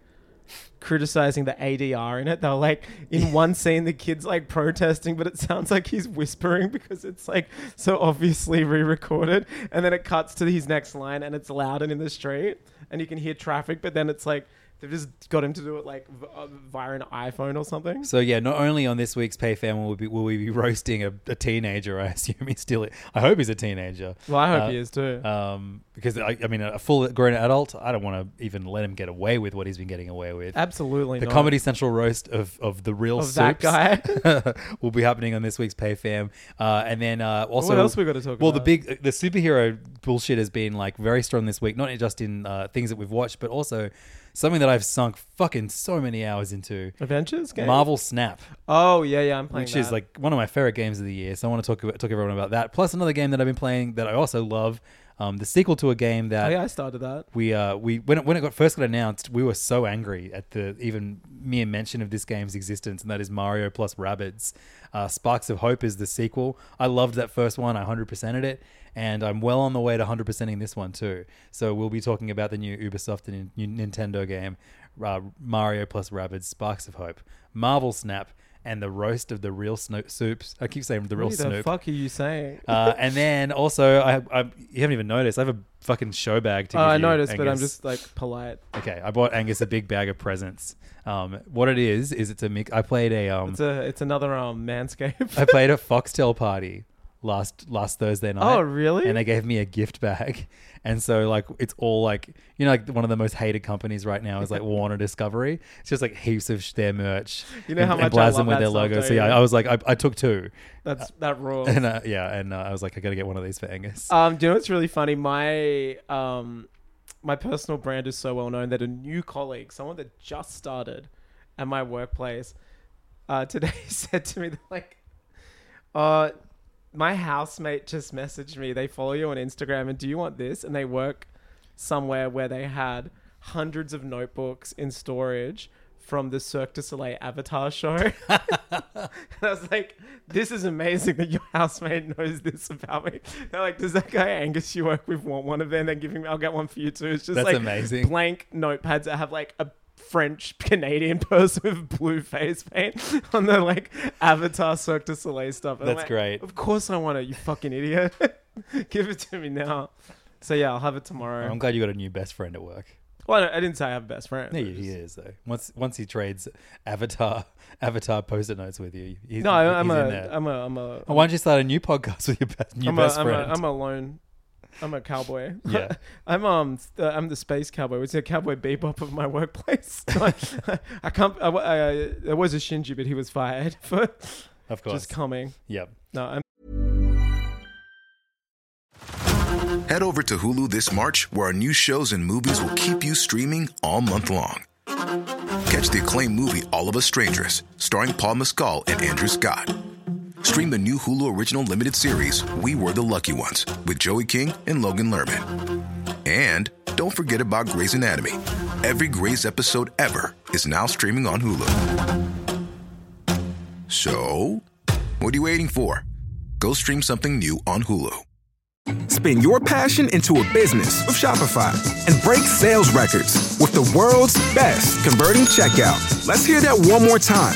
criticizing the ADR in it. They were like, in one scene, the kid's like protesting, but it sounds like he's whispering because it's like so obviously re-recorded. And then it cuts to his next line, and it's loud and in the street, and you can hear traffic. But then it's like they've just got him to do it like v- uh, via an iPhone or something.
So yeah, not only on this week's Pay Fam will we be, will we be roasting a, a teenager. I assume he's still. I hope he's a teenager.
Well, I hope
Uh,
he is too.
um, because I, I mean, a full grown adult, I don't want to even let him get away with what he's been getting away with.
Absolutely.
the
not.
Comedy Central roast of, of the real
Of that
Supes will be happening on this week's Pay Fam, uh, and then uh, also
What else we gotta talk
Well, the
about?
big uh, the superhero bullshit has been like very strong this week, not just in uh, things that we've watched, but also something that I've sunk fucking so many hours into.
Adventures game.
Marvel Snap,
Oh yeah, yeah. I'm playing.
which
that.
is like one of my favorite games of the year, so I want to talk about, talk everyone about that. Plus another game that I've been playing that I also love, um, the sequel to a game that
Oh, yeah, I started that.
we uh we when it, when it got first got announced, we were so angry at the even mere mention of this game's existence, and that is Mario plus Rabbids. Uh, Sparks of Hope is the sequel. I loved that first one. I hundred percented it, and I'm well on the way to hundred percenting this one too. So we'll be talking about the new Ubisoft and new Nintendo game, uh, Mario plus Rabbids, Sparks of Hope, Marvel Snap, and the roast of the real Sno- Soups. I keep saying the real
What the
Snoop.
fuck are you saying?
Uh, and then also, I, I you haven't even noticed. I have a fucking show bag to
Oh,
give
I
you,
noticed, but I'm
Angus.
just like polite.
Okay, I bought Angus a big bag of presents. Um, what it is is it's a mix. I played a um,
It's a it's another um manscape.
I played a Foxtel party last last Thursday night.
Oh, really?
And they gave me a gift bag, and so like it's all like you know like one of the most hated companies right now is like Warner Discovery. It's just like heaps of sh- their merch.
You know
and,
how
and
much I
blazon
love
with
that
their
stuff,
logo. So
don't
yeah,
you?
I was like I, I took two,
That's that raw.
and uh, yeah, and uh, I was like I gotta get one of these for Angus.
Um, do you know what's really funny? My um, my personal brand is so well known that a new colleague, someone that just started at my workplace, uh, today said to me, like, uh, my housemate just messaged me. They follow you on Instagram, and do you want this? And they work somewhere where they had hundreds of notebooks in storage from the Cirque du Soleil Avatar show. and I was like, this is amazing that your housemate knows this about me. They're like, does that guy Angus you work with want one of them? They're giving me, I'll get one for you too. It's just
That's
like
amazing.
blank notepads that have like a French Canadian person with blue face paint on the like Avatar Cirque du Soleil stuff. And I'm
That's
like,
great.
Of course I want it, you fucking idiot. Give it to me now. So yeah, I'll have it tomorrow.
I'm glad you got a new best friend at work.
Well, I I didn't say I have a best friend.
Yeah, he is though. Once once he trades avatar avatar post-it notes with you, he's,
No, I- I'm
he's
a,
in there.
I'm a, I'm a,
Why don't you start a new podcast with your best, new
I'm a,
best
I'm a,
friend?
I'm a lone, I'm a cowboy.
Yeah.
I'm um, st- uh, I'm the space cowboy, which is a cowboy bebop of my workplace. I, can't. I, wa- I, I, there was a Shinji, but he was fired for
of course.
just coming.
Yep.
No, I'm
Head over to Hulu this March, where our new shows and movies will keep you streaming all month long. Catch the acclaimed movie All of Us Strangers, starring Paul Mescal and Andrew Scott. Stream the new Hulu original limited series We Were the Lucky Ones with Joey King and Logan Lerman. And don't forget about Grey's Anatomy. Every Grey's episode ever is now streaming on Hulu. So, what are you waiting for? Go stream something new on Hulu.
Spin your passion into a business with Shopify and break sales records with the world's best converting checkout. Let's hear that one more time.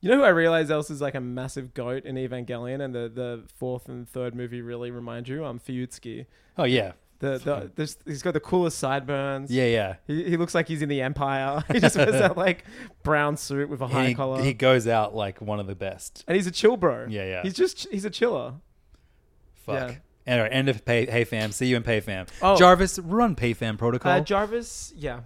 you know who I realize else is like a massive goat in Evangelion, and the, the fourth and third movie really remind you. Um, Fuyutsuki.
Oh, yeah.
The, the, this, he's got the coolest sideburns.
Yeah, yeah.
He, he looks like he's in the Empire. he just wears that like brown suit with a high
he,
collar,
he goes out like one of the best.
and he's a chill bro.
Yeah, yeah.
He's just he's a chiller.
Fuck.
Yeah.
All right, end of pay, Hey Fam. See you in Pay Fam.
Oh.
Uh, Jarvis, run Pay Fam protocol.
Uh, Jarvis, yeah.